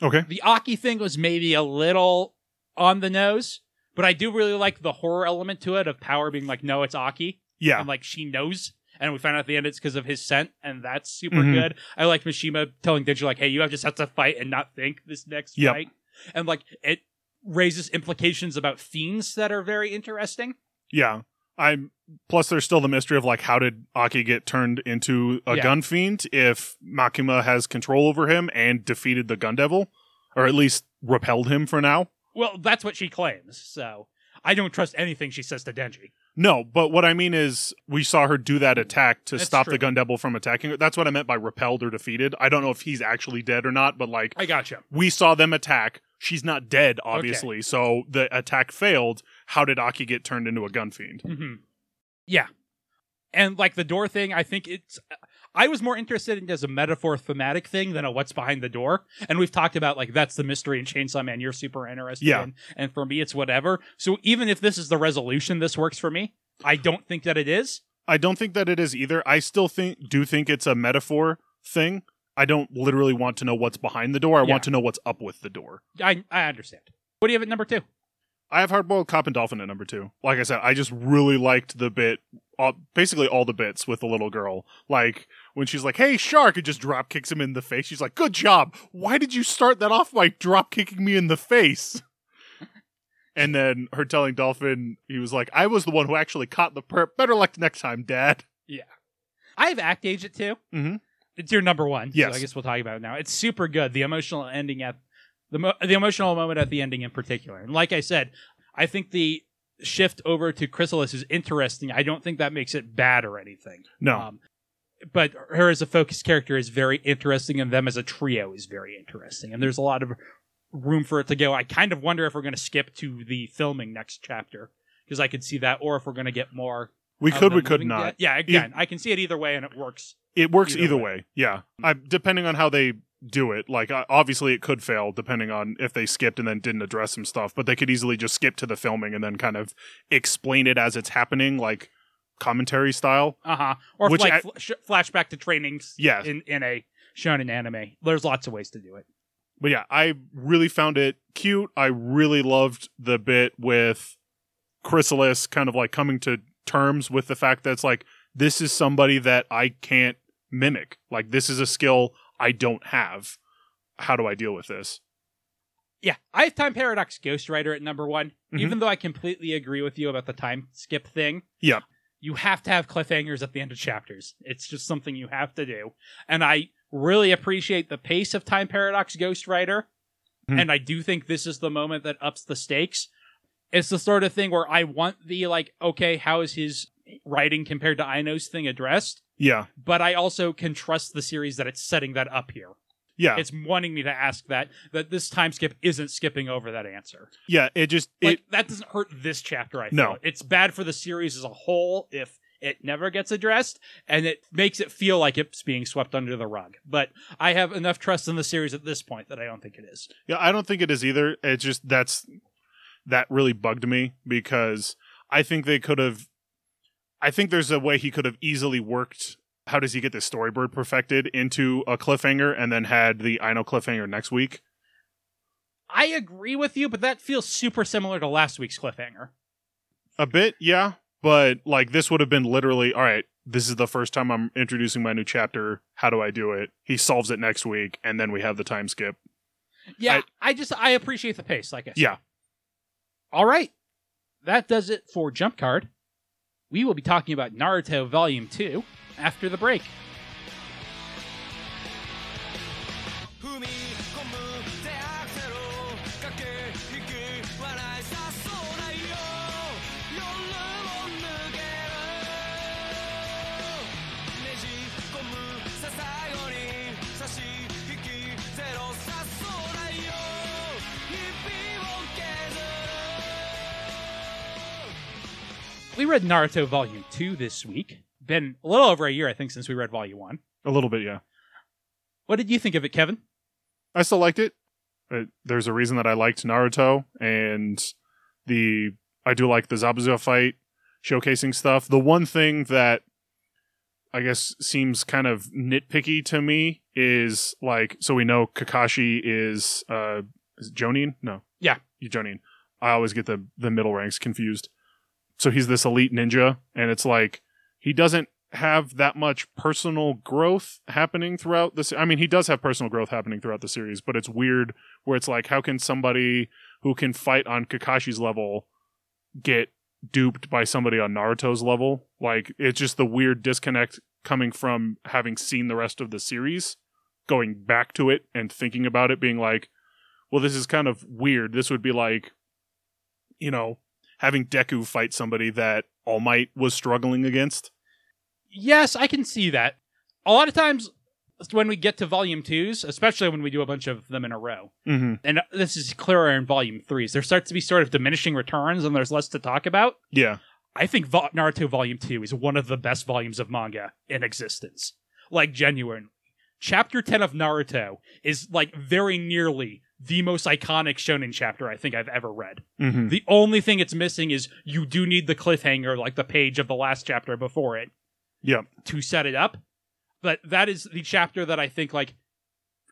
[SPEAKER 2] Okay.
[SPEAKER 1] The Aki thing was maybe a little on the nose, but I do really like the horror element to it of Power being like, no, it's Aki,
[SPEAKER 2] Yeah.
[SPEAKER 1] and like she knows. And we find out at the end it's because of his scent, and that's super
[SPEAKER 2] Mhm.
[SPEAKER 1] good. I like Mishima telling Digil like, "Hey, you have just have to fight and not think this next
[SPEAKER 2] Yep.
[SPEAKER 1] fight," and like it raises implications about themes that are very interesting.
[SPEAKER 2] Yeah. I'm plus there's still the mystery of like how did Aki get turned into a
[SPEAKER 1] Yeah.
[SPEAKER 2] gun fiend if Makima has control over him and defeated the gun devil or at least repelled him for now?
[SPEAKER 1] Well, that's what she claims. So I don't trust anything she says to Denji.
[SPEAKER 2] No, but what I mean is we saw her do that attack to
[SPEAKER 1] That's
[SPEAKER 2] stop
[SPEAKER 1] true.
[SPEAKER 2] the gun devil from attacking her. That's what I meant by repelled or defeated. I don't know if he's actually dead or not, but like
[SPEAKER 1] I gotcha.
[SPEAKER 2] we saw them attack. She's not dead, obviously. So the attack failed. How did Aki get turned into a gun fiend?
[SPEAKER 1] hmm Yeah, and like the door thing, I think it's. I was more interested in it as a metaphor thematic thing than a what's behind the door. And we've talked about like that's the mystery in Chainsaw Man you're super interested
[SPEAKER 2] Yeah.
[SPEAKER 1] in. And for me it's whatever. So even if this is the resolution, this works for me. I don't think that it is.
[SPEAKER 2] I don't think that it is either. I still think do think it's a metaphor thing. I don't literally want to know what's behind the door. I
[SPEAKER 1] Yeah.
[SPEAKER 2] want to know what's up with the door.
[SPEAKER 1] I I understand. What do you have at number two?
[SPEAKER 2] I have Hardboiled Cop and Dolphin at number two. Like I said, I just really liked the bit, all, basically all the bits with the little girl. Like when she's like, "Hey, shark!" and just drop kicks him in the face. She's like, "Good job. Why did you start that off by drop kicking me in the face?" And then her telling Dolphin, he was like, "I was the one who actually caught the perp. Better luck next time, Dad."
[SPEAKER 1] I have Act Age at 2
[SPEAKER 2] Mhm.
[SPEAKER 1] it's your number one.
[SPEAKER 2] Yes.
[SPEAKER 1] So I guess we'll talk about it now. It's super good. The emotional ending at the mo- the emotional moment at the ending in particular. And like I said, I think the shift over to Chrysalis is interesting. I don't think that makes it bad or anything.
[SPEAKER 2] No,
[SPEAKER 1] Um, but her as a focused character is very interesting, and them as a trio is very interesting. And there's a lot of room for it to go. I kind of wonder if we're going to skip to the filming next chapter because I could see that, or if we're going to get more.
[SPEAKER 2] we
[SPEAKER 1] of
[SPEAKER 2] could, we
[SPEAKER 1] them
[SPEAKER 2] could
[SPEAKER 1] moving
[SPEAKER 2] not.
[SPEAKER 1] to- Yeah, again, I can see it either way, and it works.
[SPEAKER 2] It works
[SPEAKER 1] Either
[SPEAKER 2] either,
[SPEAKER 1] way.
[SPEAKER 2] way. Yeah, I, depending on how they do it. Like uh, obviously, it could fail depending on if they skipped and then didn't address some stuff. But they could easily just skip to the filming and then kind of explain it as it's happening, like commentary style.
[SPEAKER 1] Uh huh. Or
[SPEAKER 2] Which
[SPEAKER 1] like
[SPEAKER 2] I-
[SPEAKER 1] fl- sh- flashback to trainings.
[SPEAKER 2] Yes.
[SPEAKER 1] In in a shonen anime, there's lots of ways to do it.
[SPEAKER 2] But yeah, I really found it cute. I really loved the bit with Chrysalis kind of like coming to terms with the fact that it's like, this is somebody that I can't mimic. Like, this is a skill I don't have. How do I deal with this?
[SPEAKER 1] Yeah, I have Time Paradox Ghostwriter at number one. Even though I completely agree with you about the time skip thing.
[SPEAKER 2] Yeah.
[SPEAKER 1] You have to have cliffhangers at the end of chapters. It's just something you have to do. And I really appreciate the pace of Time Paradox Ghostwriter.
[SPEAKER 2] Mhm.
[SPEAKER 1] And I do think this is the moment that ups the stakes. It's the sort of thing where I want the like, okay, how is his writing compared to Aino's thing addressed?
[SPEAKER 2] Yeah.
[SPEAKER 1] But I also can trust the series that it's setting that up here.
[SPEAKER 2] Yeah.
[SPEAKER 1] It's wanting me to ask that that this time skip isn't skipping over that answer.
[SPEAKER 2] yeah. It just,
[SPEAKER 1] Like
[SPEAKER 2] it,
[SPEAKER 1] that doesn't hurt this chapter. I feel.
[SPEAKER 2] No.
[SPEAKER 1] it's bad for the series as a whole if it never gets addressed, and it makes it feel like it's being swept under the rug. But I have enough trust in the series at this point that I don't think it is.
[SPEAKER 2] yeah, I don't think it is either. It just, that's, that really bugged me because I think they could have, I think there's a way he could have easily worked how does he get this storyboard perfected into a cliffhanger and then had the I know cliffhanger next week.
[SPEAKER 1] I agree with you, but that feels super similar to last week's cliffhanger.
[SPEAKER 2] A bit, yeah, but like this would have been literally, all right, this is the first time I'm introducing my new chapter. How do I do it? He solves it next week and then we have the time skip.
[SPEAKER 1] Yeah, I, just I appreciate the pace. Like I said.
[SPEAKER 2] Yeah.
[SPEAKER 1] All right, that does it for Jump Card. We will be talking about Naruto Volume Two after the break.
[SPEAKER 3] 踏み込む手アクセル駆け引き笑いさそうないよ夜を抜けるねじ込むさ最後に差し引きゼロさそうないよ日々を削る
[SPEAKER 1] We read Naruto Volume 2 this week. Been a little over a year, I think, since we read Volume 1.
[SPEAKER 2] A little bit, yeah.
[SPEAKER 1] What did you think of it, Kevin?
[SPEAKER 2] I still liked it. Uh, there's a reason that I liked Naruto and the I do like the Zabuza fight showcasing stuff. The one thing that I guess seems kind of nitpicky to me is like so we know Kakashi is uh is it Jonin? No.
[SPEAKER 1] Yeah.
[SPEAKER 2] You Jonin. I always get the the middle ranks confused. So he's this elite ninja and it's like he doesn't have that much personal growth happening throughout this. I mean, he does have personal growth happening throughout the series, but it's weird where it's like, how can somebody who can fight on Kakashi's level get duped by somebody on Naruto's level? Like, it's just the weird disconnect coming from having seen the rest of the series, going back to it and thinking about it, being like, well, this is kind of weird. This would be like, you know, having Deku fight somebody that All Might was struggling against.
[SPEAKER 1] Yes, I can see that. A lot of times when we get to Volume 2s, especially when we do a bunch of them in a row,
[SPEAKER 2] Mm-hmm.
[SPEAKER 1] and this is clearer in Volume 3s, there starts to be sort of diminishing returns and there's less to talk about.
[SPEAKER 2] Yeah.
[SPEAKER 1] I think Vol- Naruto Volume 2 is one of the best volumes of manga in existence. Like, genuine. Chapter 10 of Naruto is, like, very nearly the most iconic shonen chapter I think I've ever read.
[SPEAKER 2] Mm-hmm.
[SPEAKER 1] The only thing it's missing is you do need the cliffhanger, like the page of the last chapter before it,
[SPEAKER 2] Yeah.
[SPEAKER 1] to set it up. But that is the chapter that I think, like,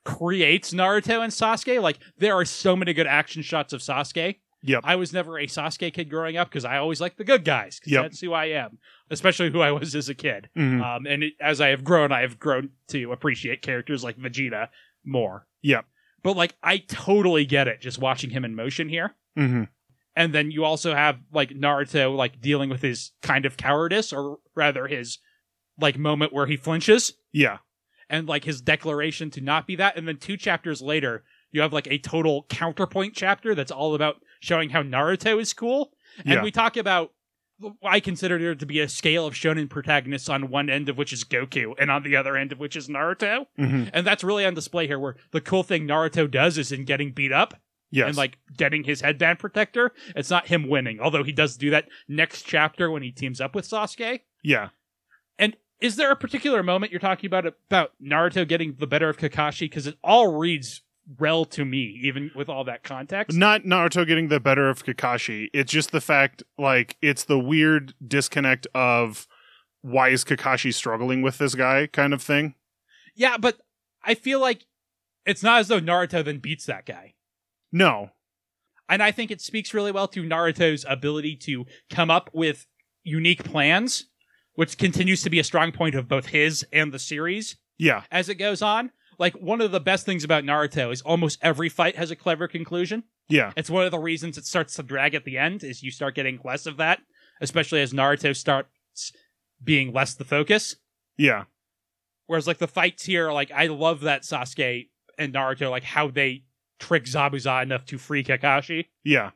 [SPEAKER 1] creates Naruto and Sasuke. Like, there are so many good action shots of Sasuke.
[SPEAKER 2] Yep.
[SPEAKER 1] I was never a Sasuke kid growing up because I always liked the good guys. 'cause
[SPEAKER 2] Yep.
[SPEAKER 1] That's who I am, especially who I was as a kid.
[SPEAKER 2] Mhm.
[SPEAKER 1] Um, and it, as I have grown, I have grown to appreciate characters like Vegeta more.
[SPEAKER 2] Yep.
[SPEAKER 1] But like, I totally get it just watching him in motion here.
[SPEAKER 2] Mm-hmm.
[SPEAKER 1] And then you also have like Naruto like dealing with his kind of cowardice, or rather his like moment where he flinches.
[SPEAKER 2] Yeah.
[SPEAKER 1] and like his declaration to not be that. And then two chapters later, you have like a total counterpoint chapter that's all about showing how Naruto is cool. And
[SPEAKER 2] Yeah.
[SPEAKER 1] we talk about what I consider there to be a scale of shonen protagonists on one end of which is Goku and on the other end of which is Naruto.
[SPEAKER 2] Mhm.
[SPEAKER 1] And that's really on display here where the cool thing Naruto does is in getting beat up
[SPEAKER 2] Yes.
[SPEAKER 1] and like getting his headband protector. It's not him winning, although he does do that next chapter when he teams up with Sasuke.
[SPEAKER 2] yeah.
[SPEAKER 1] And is there a particular moment you're talking about about Naruto getting the better of Kakashi? Because it all reads well to me, even with all that context.
[SPEAKER 2] Not Naruto getting the better of Kakashi. It's just the fact, like, it's the weird disconnect of why is Kakashi struggling with this guy kind of thing.
[SPEAKER 1] Yeah, but I feel like it's not as though Naruto then beats that guy.
[SPEAKER 2] No.
[SPEAKER 1] And I think it speaks really well to Naruto's ability to come up with unique plans, which continues to be a strong point of both his and the series.
[SPEAKER 2] Yeah.
[SPEAKER 1] as it goes on. Like one of the best things about Naruto is almost every fight has a clever conclusion.
[SPEAKER 2] Yeah.
[SPEAKER 1] It's one of the reasons it starts to drag at the end is you start getting less of that, especially as Naruto starts being less the focus.
[SPEAKER 2] Yeah.
[SPEAKER 1] Whereas like the fights here, like I love that Sasuke and Naruto, like how they trick Zabuza enough to free Kakashi
[SPEAKER 2] Yeah.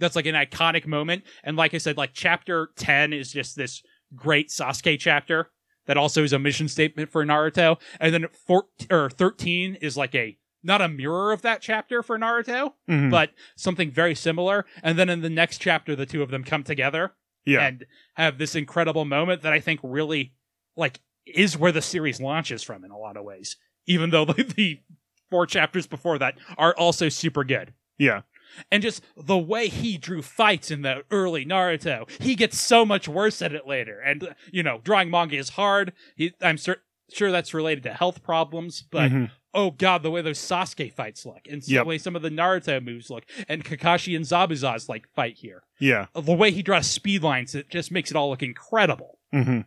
[SPEAKER 1] that's like an iconic moment. And like I said, like chapter 10 is just this great Sasuke chapter that also is a mission statement for Naruto. And then 14, or 13 is like a not a mirror of that chapter for Naruto,
[SPEAKER 2] Mhm.
[SPEAKER 1] but something very similar. And then in the next chapter, the two of them come together
[SPEAKER 2] yeah.
[SPEAKER 1] and have this incredible moment that I think really like is where the series launches from in a lot of ways, even though the four chapters before that are also super good
[SPEAKER 2] yeah.
[SPEAKER 1] and just the way he drew fights in the early Naruto, he gets so much worse at it later. And uh, you know, drawing manga is hard. He, I'm cer- sure that's related to health problems, but
[SPEAKER 2] Mhm.
[SPEAKER 1] oh god, the way those Sasuke fights look, and the
[SPEAKER 2] Yep.
[SPEAKER 1] way some of the Naruto moves look, and Kakashi and Zabuza's like fight here,
[SPEAKER 2] Yeah.
[SPEAKER 1] the way he draws speed lines, it just makes it all look incredible.
[SPEAKER 2] hmm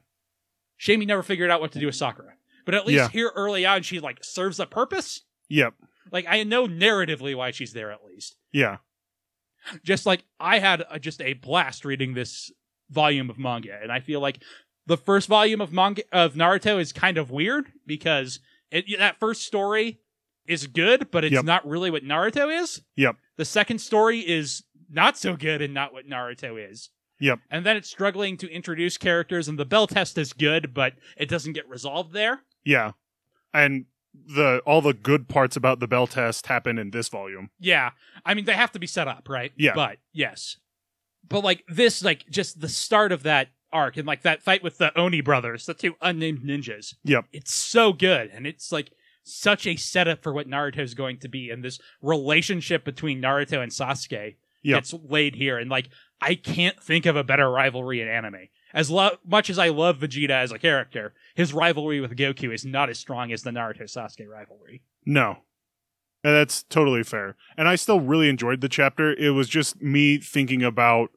[SPEAKER 1] Shame he never figured out what to do with Sakura, but at least
[SPEAKER 2] Yeah.
[SPEAKER 1] here early on, she like serves a purpose.
[SPEAKER 2] Yep.
[SPEAKER 1] Like I know narratively why she's there at least.
[SPEAKER 2] Yeah.
[SPEAKER 1] just like I had a, just a blast reading this volume of manga, and I feel like the first volume of manga of Naruto is kind of weird because it, that first story is good, but it's
[SPEAKER 2] Yep.
[SPEAKER 1] not really what Naruto is.
[SPEAKER 2] Yep.
[SPEAKER 1] The second story is not so good and not what Naruto is.
[SPEAKER 2] Yep.
[SPEAKER 1] And then it's struggling to introduce characters, and the bell test is good, but it doesn't get resolved there.
[SPEAKER 2] Yeah. And the all the good parts about the bell test happen in this volume.
[SPEAKER 1] Yeah. I mean, they have to be set up, right?
[SPEAKER 2] Yeah.
[SPEAKER 1] But yes. But like this, like just the start of that arc and like that fight with the Oni brothers, the two unnamed ninjas.
[SPEAKER 2] Yep.
[SPEAKER 1] It's so good. And it's like such a setup for what Naruto's going to be. And this relationship between Naruto and Sasuke
[SPEAKER 2] Yep.
[SPEAKER 1] gets laid here. And like, I can't think of a better rivalry in anime. As lo- much as I love Vegeta as a character, his rivalry with Goku is not as strong as the Naruto Sasuke rivalry.
[SPEAKER 2] No. And that's totally fair. And I still really enjoyed the chapter. It was just me thinking about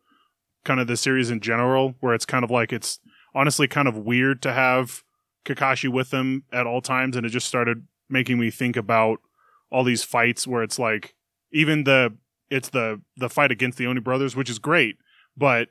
[SPEAKER 2] kind of the series in general, where it's kind of like it's honestly kind of weird to have Kakashi with them at all times. And it just started making me think about all these fights where it's like even the it's the the fight against the Oni brothers, which is great, but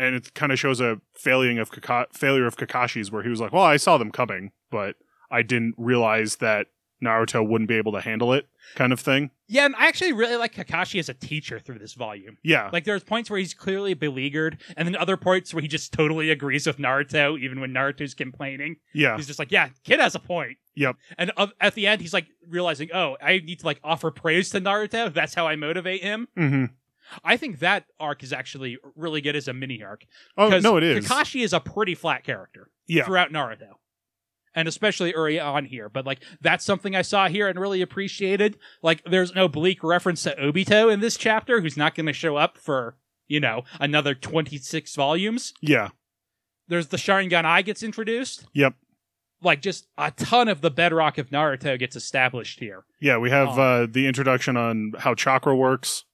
[SPEAKER 2] and it kind of shows a failing of Kaka- failure of Kakashi's where he was like, "Well, I saw them coming, but I didn't realize that Naruto wouldn't be able to handle it kind of thing.
[SPEAKER 1] Yeah, and I actually really like Kakashi as a teacher through this volume.
[SPEAKER 2] Yeah.
[SPEAKER 1] Like there's points where he's clearly beleaguered, and then other points where he just totally agrees with Naruto, even when Naruto's complaining.
[SPEAKER 2] yeah.
[SPEAKER 1] He's just like, "Yeah, kid has a point."
[SPEAKER 2] Yep.
[SPEAKER 1] And of- at the end, he's like realizing, "Oh, I need to like offer praise to Naruto. That's how I motivate him."
[SPEAKER 2] hmm
[SPEAKER 1] I think that arc is actually really good as a mini arc.
[SPEAKER 2] Oh
[SPEAKER 1] 'Cause
[SPEAKER 2] no, it is.
[SPEAKER 1] Kakashi is a pretty flat character
[SPEAKER 2] yeah.
[SPEAKER 1] throughout Naruto. And especially early on here. But like that's something I saw here and really appreciated. Like there's no bleak reference to Obito in this chapter, who's not gonna show up for, you know, another twenty six volumes.
[SPEAKER 2] Yeah.
[SPEAKER 1] There's the Sharingan Eye gets introduced.
[SPEAKER 2] Yep.
[SPEAKER 1] Like just a ton of the bedrock of Naruto gets established here.
[SPEAKER 2] Yeah. We have
[SPEAKER 1] Oh.
[SPEAKER 2] uh, the introduction on how chakra works.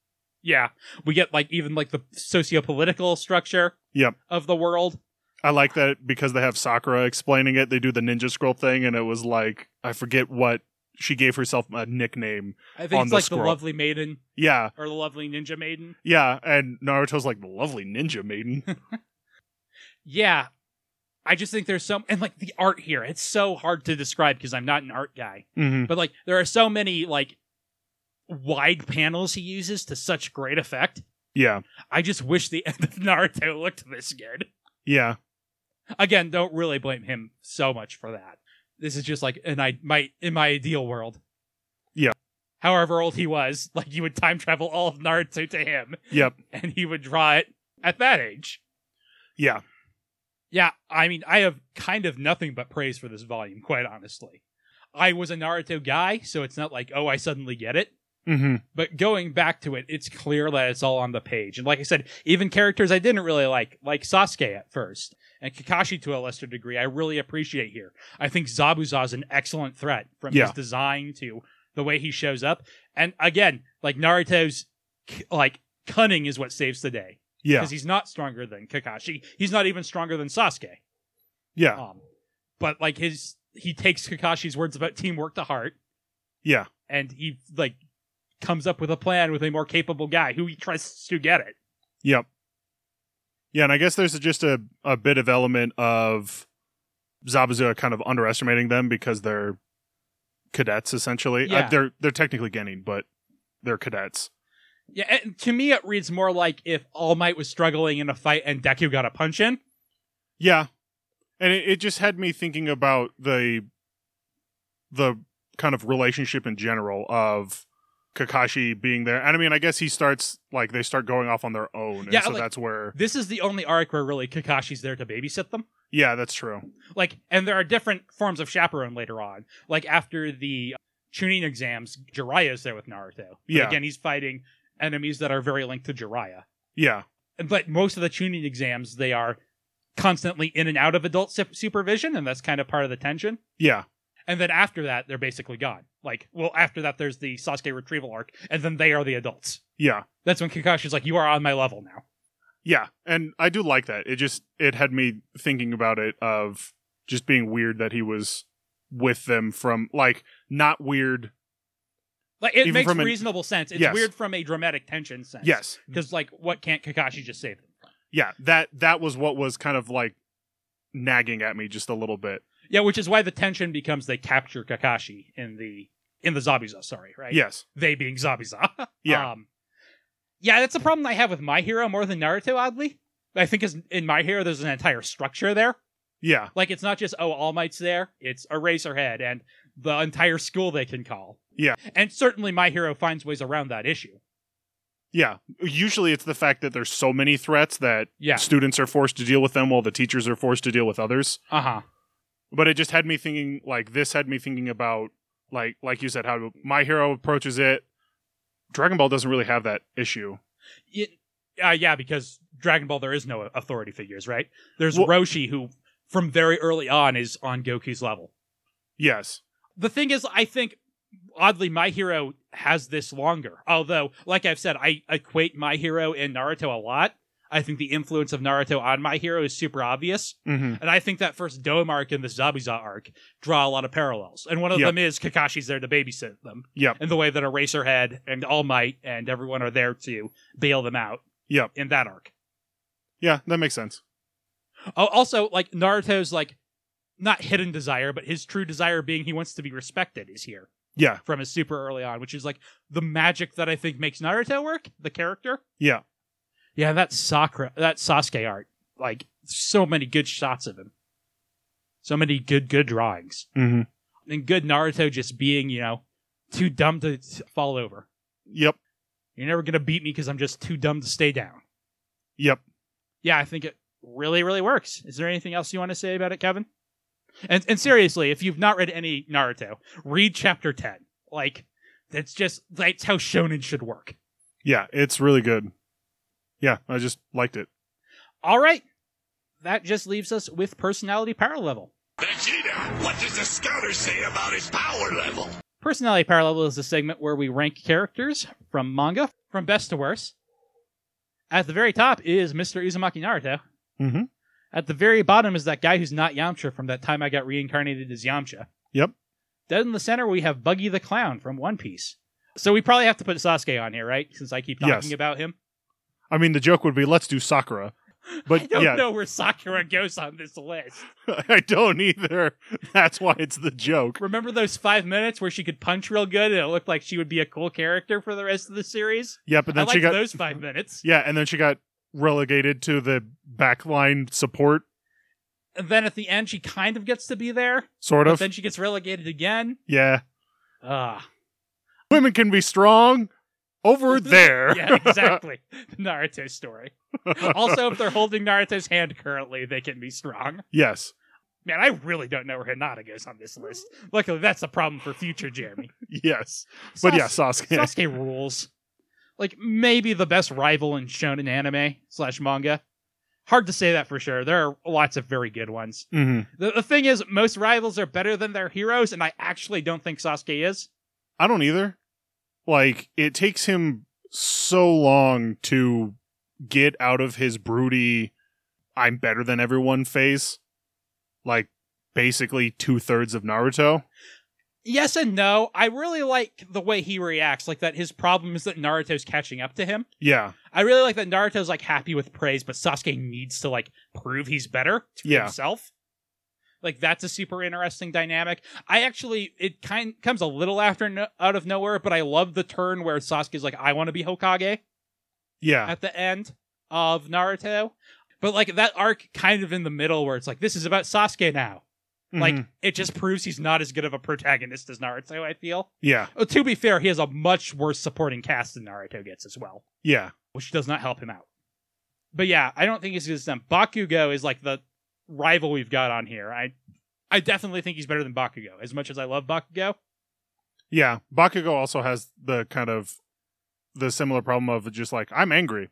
[SPEAKER 1] Yeah. We get like even like the socio political structure
[SPEAKER 2] Yep.
[SPEAKER 1] of the world.
[SPEAKER 2] I like that because they have Sakura explaining it. They do the ninja scroll thing, and it was like I forget what she gave herself a nickname.
[SPEAKER 1] I
[SPEAKER 2] On
[SPEAKER 1] think it's
[SPEAKER 2] the
[SPEAKER 1] like the
[SPEAKER 2] scroll.
[SPEAKER 1] lovely maiden
[SPEAKER 2] Yeah,
[SPEAKER 1] or the lovely ninja maiden.
[SPEAKER 2] yeah. And Naruto's like the lovely ninja maiden.
[SPEAKER 1] Yeah. I just think there's some and like the art here. It's so hard to describe because I'm not an art guy.
[SPEAKER 2] Mm-hmm.
[SPEAKER 1] But like there are so many like wide panels he uses to such great effect.
[SPEAKER 2] Yeah.
[SPEAKER 1] I just wish the end of Naruto looked this good.
[SPEAKER 2] Yeah.
[SPEAKER 1] Again, don't really blame him so much for that. This is just like an I my in my ideal world.
[SPEAKER 2] Yeah.
[SPEAKER 1] However old he was, like you would time travel all of Naruto to him
[SPEAKER 2] Yep.
[SPEAKER 1] and he would draw it at that age.
[SPEAKER 2] Yeah.
[SPEAKER 1] Yeah, I mean, I have kind of nothing but praise for this volume, quite honestly. I was a Naruto guy, so it's not like, oh, I suddenly get it.
[SPEAKER 2] Mm-hmm.
[SPEAKER 1] But going back to it, it's clear that it's all on the page. And like I said, even characters I didn't really like, like Sasuke at first, and Kakashi to a lesser degree, I really appreciate here. I think Zabuza's an excellent threat from
[SPEAKER 2] Yeah.
[SPEAKER 1] his design to the way he shows up. And again, like Naruto's, c- like, cunning is what saves the day.
[SPEAKER 2] Yeah.
[SPEAKER 1] Because he's not stronger than Kakashi. He's not even stronger than Sasuke.
[SPEAKER 2] Yeah.
[SPEAKER 1] Um, but like his, he takes Kakashi's words about teamwork to heart,
[SPEAKER 2] Yeah.
[SPEAKER 1] and he like comes up with a plan with a more capable guy who he trusts to get it.
[SPEAKER 2] Yep. Yeah, and I guess there's just a, a bit of element of Zabuza kind of underestimating them because they're cadets essentially. Uh,
[SPEAKER 1] Yeah.
[SPEAKER 2] they're they're technically Genin, but they're cadets.
[SPEAKER 1] Yeah, and to me, it reads more like if All Might was struggling in a fight and Deku got a punch in.
[SPEAKER 2] Yeah. And it, it just had me thinking about the the kind of relationship in general of Kakashi being there. And I mean, I guess he starts like they start going off on their own. And
[SPEAKER 1] Yeah,
[SPEAKER 2] so
[SPEAKER 1] like-
[SPEAKER 2] that's where
[SPEAKER 1] This is the only arc where really Kakashi's there to babysit them.
[SPEAKER 2] Yeah, that's true.
[SPEAKER 1] Like, and there are different forms of chaperone later on. Like after the tuning exams, Jiraiya's there with Naruto. But
[SPEAKER 2] Yeah.
[SPEAKER 1] again, he's fighting enemies that are very linked to Jiraiya.
[SPEAKER 2] Yeah.
[SPEAKER 1] but most of the tuning exams they are constantly in and out of adult su- supervision and that's kind of part of the tension
[SPEAKER 2] Yeah.
[SPEAKER 1] and then after that they're basically gone like well after that there's the sasuke retrieval arc and then they are the adults
[SPEAKER 2] Yeah.
[SPEAKER 1] that's when kakashi's like you are on my level now
[SPEAKER 2] Yeah, and I do like that. It just it had me thinking about it of just being weird that he was with them from like not weird.
[SPEAKER 1] like it
[SPEAKER 2] Even
[SPEAKER 1] makes
[SPEAKER 2] from an-
[SPEAKER 1] reasonable sense it's
[SPEAKER 2] Yes.
[SPEAKER 1] weird from a dramatic tension sense
[SPEAKER 2] Yes.
[SPEAKER 1] because like what can't kakashi just save them from?
[SPEAKER 2] Yeah, that that was what was kind of like nagging at me just a little bit.
[SPEAKER 1] yeah which is why the tension becomes they capture kakashi in the in the zabuza sorry right
[SPEAKER 2] Yes.
[SPEAKER 1] they being Zabuza.
[SPEAKER 2] Yeah.
[SPEAKER 1] Um, yeah, that's a problem I have with My Hero more than Naruto, oddly. I think is in My Hero there's an entire structure there.
[SPEAKER 2] Yeah.
[SPEAKER 1] Like it's not just oh All Might's there, it's Eraserhead and the entire school they can call.
[SPEAKER 2] Yeah.
[SPEAKER 1] And certainly My Hero finds ways around that issue.
[SPEAKER 2] Yeah. Usually it's the fact that there's so many threats that
[SPEAKER 1] Yeah.
[SPEAKER 2] students are forced to deal with them while the teachers are forced to deal with others.
[SPEAKER 1] Uh-huh.
[SPEAKER 2] but it just had me thinking like this had me thinking about like like you said how my hero approaches it dragon ball doesn't really have that issue
[SPEAKER 1] It- uh, yeah, because Dragon Ball there is no authority figures, right? There's
[SPEAKER 2] Well-
[SPEAKER 1] Roshi who from very early on is on Goku's level.
[SPEAKER 2] yes
[SPEAKER 1] the thing is i think oddly my hero has this longer although like i've said i equate my hero and naruto a lot i think the influence of naruto on my hero is super obvious
[SPEAKER 2] mm-hmm.
[SPEAKER 1] and i think that first dome arc and the zabuza arc draw a lot of parallels and one of
[SPEAKER 2] Yep.
[SPEAKER 1] them is kakashi's there to babysit them
[SPEAKER 2] Yep.
[SPEAKER 1] and the way that eraserhead and all might and everyone are there to bail them out
[SPEAKER 2] Yep.
[SPEAKER 1] in that arc
[SPEAKER 2] yeah that makes sense
[SPEAKER 1] Oh, also, like Naruto's like not hidden desire, but his true desire being he wants to be respected is here.
[SPEAKER 2] Yeah.
[SPEAKER 1] From his super early on, which is like the magic that I think makes Naruto work, the character.
[SPEAKER 2] Yeah.
[SPEAKER 1] Yeah, that Sakura that Sasuke art. Like so many good shots of him. So many good, good drawings.
[SPEAKER 2] mm-hmm.
[SPEAKER 1] And good Naruto just being, you know, too dumb to t- fall over.
[SPEAKER 2] yep
[SPEAKER 1] You're never gonna beat me because I'm just too dumb to stay down.
[SPEAKER 2] yep
[SPEAKER 1] yeah, I think it really, really works. Is there anything else you want to say about it, Kevin? And and seriously, if you've not read any Naruto, read chapter ten. Like that's just that's how shonen should work.
[SPEAKER 2] yeah it's really good yeah i just liked it
[SPEAKER 1] All right. That just leaves us with personality power level.
[SPEAKER 3] Vegeta, what does the scouter say about his power level?
[SPEAKER 1] Personality power level is a segment where we rank characters from manga from best to worst. At the very top is Mr. Uzumaki Naruto.
[SPEAKER 2] Mhm.
[SPEAKER 1] At the very bottom is that guy who's not Yamcha from that time I got reincarnated as Yamcha.
[SPEAKER 2] Yep.
[SPEAKER 1] Dead in the center, we have Buggy the Clown from One Piece. So we probably have to put Sasuke on here, right? Since I keep talking
[SPEAKER 2] Yes.
[SPEAKER 1] about him.
[SPEAKER 2] i mean the joke would be let's do sakura
[SPEAKER 1] I
[SPEAKER 2] But
[SPEAKER 1] don't
[SPEAKER 2] yeah,
[SPEAKER 1] know where Sakura goes on this list.
[SPEAKER 2] I don't either. That's why it's the joke.
[SPEAKER 1] Remember those five minutes where she could punch real good and it looked like she would be a cool character for the rest of the series?
[SPEAKER 2] Yeah, but
[SPEAKER 1] I
[SPEAKER 2] then
[SPEAKER 1] liked
[SPEAKER 2] she got
[SPEAKER 1] those five minutes.
[SPEAKER 2] yeah, and then she got relegated to the backline support,
[SPEAKER 1] And then at the end, she kind of gets to be there,
[SPEAKER 2] sort
[SPEAKER 1] but
[SPEAKER 2] of.
[SPEAKER 1] then she gets relegated again.
[SPEAKER 2] yeah,
[SPEAKER 1] Ah,
[SPEAKER 2] women can be strong over there.
[SPEAKER 1] yeah, exactly. Naruto story. Also, if they're holding Naruto's hand currently, they can be strong.
[SPEAKER 2] yes.
[SPEAKER 1] Man, I really don't know where Hinata goes on this list. Luckily, that's a problem for future Jeremy.
[SPEAKER 2] Yes. But yeah, Sasuke.
[SPEAKER 1] Sasuke rules. Like maybe the best rival in shonen anime slash manga. Hard to say that for sure. There are lots of very good ones.
[SPEAKER 2] hmm
[SPEAKER 1] The, the thing is, most rivals are better than their heroes, and I actually don't think Sasuke is.
[SPEAKER 2] I don't either. Like it takes him so long to get out of his broody I'm better than everyone phase. Like basically two thirds of Naruto.
[SPEAKER 1] Yes and no. I really like the way he reacts. Like that his problem is that Naruto's catching up to him.
[SPEAKER 2] Yeah.
[SPEAKER 1] I really like that Naruto's like happy with praise, but Sasuke needs to like prove he's better to
[SPEAKER 2] Yeah.
[SPEAKER 1] himself. Like that's a super interesting dynamic. I actually it kind comes a little after no, out of nowhere, but I love the turn where Sasuke's like I want to be Hokage
[SPEAKER 2] Yeah.
[SPEAKER 1] at the end of Naruto. But like that arc kind of in the middle where it's like this is about Sasuke now. Like
[SPEAKER 2] Mhm.
[SPEAKER 1] it just proves he's not as good of a protagonist as Naruto, I feel.
[SPEAKER 2] Yeah.
[SPEAKER 1] Oh, to be fair, he has a much worse supporting cast than Naruto gets as well
[SPEAKER 2] Yeah.
[SPEAKER 1] which does not help him out. But yeah, I don't think he's as them. Bakugo is like the rival we've got on here. I I definitely think he's better than Bakugo. As much as I love Bakugo,
[SPEAKER 2] Yeah. Bakugo also has the kind of the similar problem of just like, I'm angry.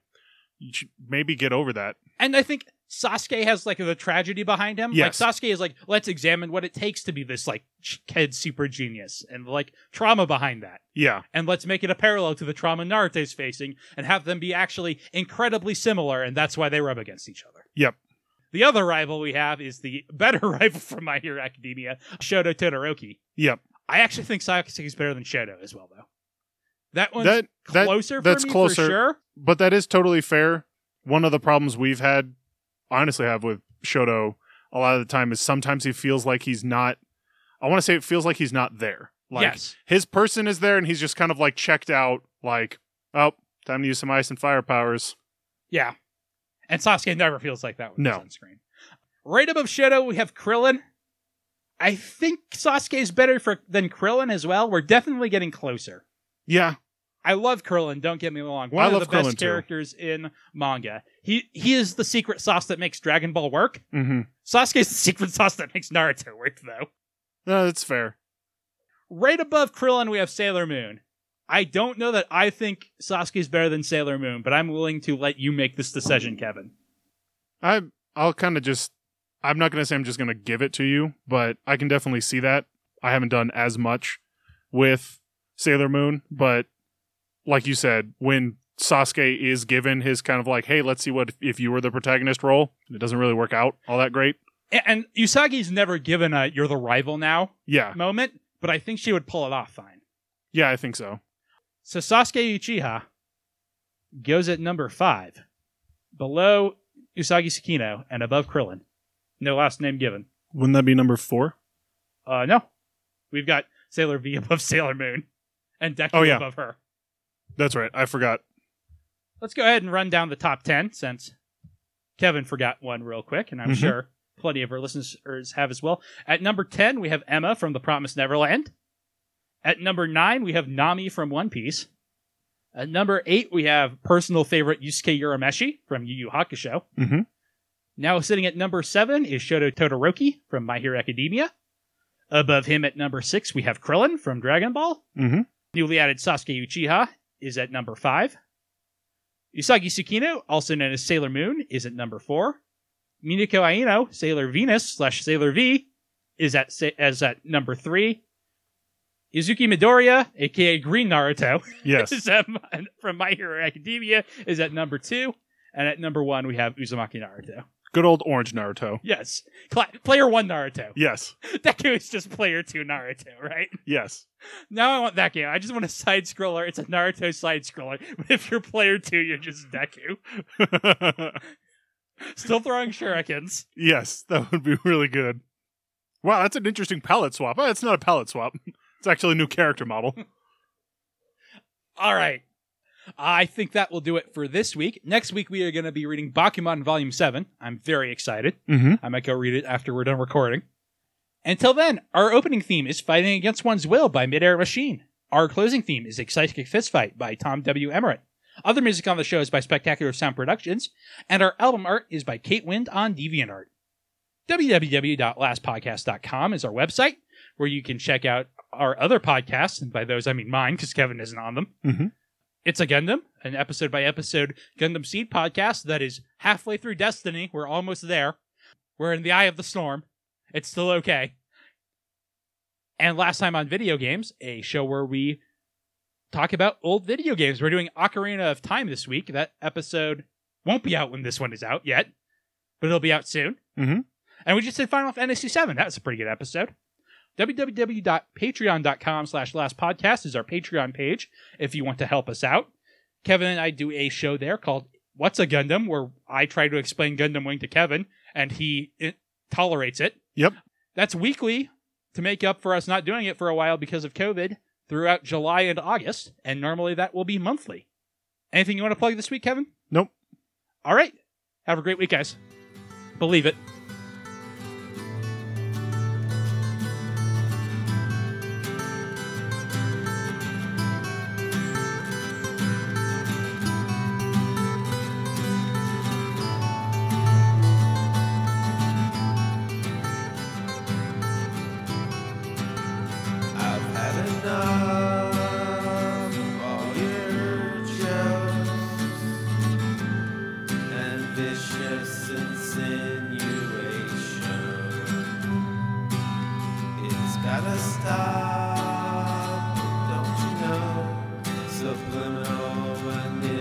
[SPEAKER 2] You should maybe get over that.
[SPEAKER 1] and I think Sasuke has like the tragedy behind him.
[SPEAKER 2] Yes.
[SPEAKER 1] Like Sasuke is like, let's examine what it takes to be this like ch- kid super genius and like trauma behind that.
[SPEAKER 2] Yeah.
[SPEAKER 1] And let's make it a parallel to the trauma Naruto's facing and have them be actually incredibly similar and that's why they rub against each other.
[SPEAKER 2] Yep.
[SPEAKER 1] The other rival we have is the better rival from My Hero Academia, Shoto Todoroki.
[SPEAKER 2] Yep.
[SPEAKER 1] I actually think Sasuke is better than Shoto as well, though. That one's
[SPEAKER 2] That that
[SPEAKER 1] closer. for
[SPEAKER 2] that's
[SPEAKER 1] me,
[SPEAKER 2] closer.
[SPEAKER 1] For sure.
[SPEAKER 2] but that is totally fair. One of the problems we've had, honestly, have with Shoto a lot of the time is sometimes he feels like he's not. I want to say it feels like he's not there. Like
[SPEAKER 1] yes.
[SPEAKER 2] his person is there, and he's just kind of like checked out. Like, oh, time to use some ice and fire powers.
[SPEAKER 1] Yeah. And Sasuke never feels like that when
[SPEAKER 2] No.
[SPEAKER 1] he's on screen. Right above Shoto, we have Krillin. I think Sasuke is better for than Krillin as well. We're definitely getting closer.
[SPEAKER 2] Yeah,
[SPEAKER 1] I love Krillin. Don't get me wrong. One
[SPEAKER 2] I
[SPEAKER 1] of
[SPEAKER 2] love
[SPEAKER 1] the best
[SPEAKER 2] Krillin, too.
[SPEAKER 1] characters in manga. He he is the secret sauce that makes Dragon Ball work.
[SPEAKER 2] mm-hmm.
[SPEAKER 1] Sasuke's the secret sauce that makes Naruto work, though.
[SPEAKER 2] no, that's fair.
[SPEAKER 1] Right above Krillin, we have Sailor Moon. I don't know that I think Sasuke's better than Sailor Moon, but I'm willing to let you make this decision, Kevin.
[SPEAKER 2] I I'll kind of just. I'm not gonna say I'm just gonna give it to you, but I can definitely see that. I haven't done as much with Sailor Moon, but like you said, when Sasuke is given his kind of like, hey, let's see what if you were the protagonist role, and it doesn't really work out all that great.
[SPEAKER 1] A- And Usagi's never given a you're the rival now
[SPEAKER 2] Yeah,
[SPEAKER 1] moment, but I think she would pull it off fine.
[SPEAKER 2] yeah, I think so.
[SPEAKER 1] So Sasuke Uchiha goes at number five, below Usagi Tsukino and above Krillin. No last name given.
[SPEAKER 2] Wouldn't that be number four?
[SPEAKER 1] Uh, no. We've got Sailor V above Sailor Moon and Deku
[SPEAKER 2] Oh, yeah.
[SPEAKER 1] above her.
[SPEAKER 2] That's right. I forgot.
[SPEAKER 1] Let's go ahead and run down the top 10 since Kevin forgot one real quick, and I'm
[SPEAKER 2] Mhm.
[SPEAKER 1] sure plenty of our listeners have as well. At number 10, we have Emma from The Promised Neverland. At number 9, we have Nami from One Piece. At number 8, we have personal favorite Yusuke Urameshi from Yu Yu Hakusho.
[SPEAKER 2] Mhm.
[SPEAKER 1] Now sitting at number 7 is Shoto Todoroki from My Hero Academia. Above him at number 6, we have Krillin from Dragon Ball.
[SPEAKER 2] Mm-hmm.
[SPEAKER 1] Newly added Sasuke Uchiha is at number five. Usagi Tsukino, also known as Sailor Moon, is at number four. Minako Aino, Sailor Venus slash Sailor V, is at sa- as at number three. Izuki Midoriya, aka Green Naruto,
[SPEAKER 2] Yes.
[SPEAKER 1] is at, from My Hero Academia, is at number two. And at number one, we have Uzumaki Naruto.
[SPEAKER 2] Good old Orange Naruto.
[SPEAKER 1] Yes. Cla player one Naruto.
[SPEAKER 2] Yes.
[SPEAKER 1] That game is just player two Naruto, right?
[SPEAKER 2] Yes.
[SPEAKER 1] Now I want that game. I just want a side scroller. It's a Naruto side scroller. But if you're player two, you're just Deku.
[SPEAKER 4] Still throwing shurikens.
[SPEAKER 2] Yes, that would be really good. Wow, that's an interesting palette swap. Uh, It's not a palette swap. It's actually a new character model.
[SPEAKER 1] All right. I think that will do it for this week. Next week, we are going to be reading Bakuman Volume 7. I'm very excited.
[SPEAKER 2] Mm-hmm.
[SPEAKER 1] I might go read it after we're done recording. Until then, our opening theme is Fighting Against One's Will by Midair Machine. Our closing theme is Exciting Fistfight by Tom W. Emmerich. Other music on the show is by Spectacular Sound Productions, and our album art is by Kate Wind on DeviantArt. www.lastpodcast.com is our website, where you can check out our other podcasts, and by those I mean mine, because Kevin isn't on them.
[SPEAKER 2] Mhm.
[SPEAKER 1] It's a Gundam, an episode by episode Gundam Seed podcast that is halfway through Destiny. We're almost there. We're in the eye of the storm. It's still okay. And last time on video games, a show where we talk about old video games. We're doing Ocarina of Time this week. That episode won't be out when this one is out yet, but it'll be out soon.
[SPEAKER 2] Mhm.
[SPEAKER 1] And we just did Final Fantasy VII. That was a pretty good episode. www.patreon.com slash last podcast is our Patreon page if you want to help us out. Kevin and I do a show there called What's a Gundam, where I try to explain Gundam Wing to Kevin, and he eh, tolerates it.
[SPEAKER 2] Yep.
[SPEAKER 1] That's weekly to make up for us not doing it for a while because of COVID throughout July and August, and normally that will be monthly. Anything you want to plug this week, Kevin?
[SPEAKER 2] Nope.
[SPEAKER 1] All right. Have a great week, guys. Believe it.
[SPEAKER 5] I've had enough of all your jokes and vicious insinuation. It's gotta stop, don't you know? Subliminal manipulation.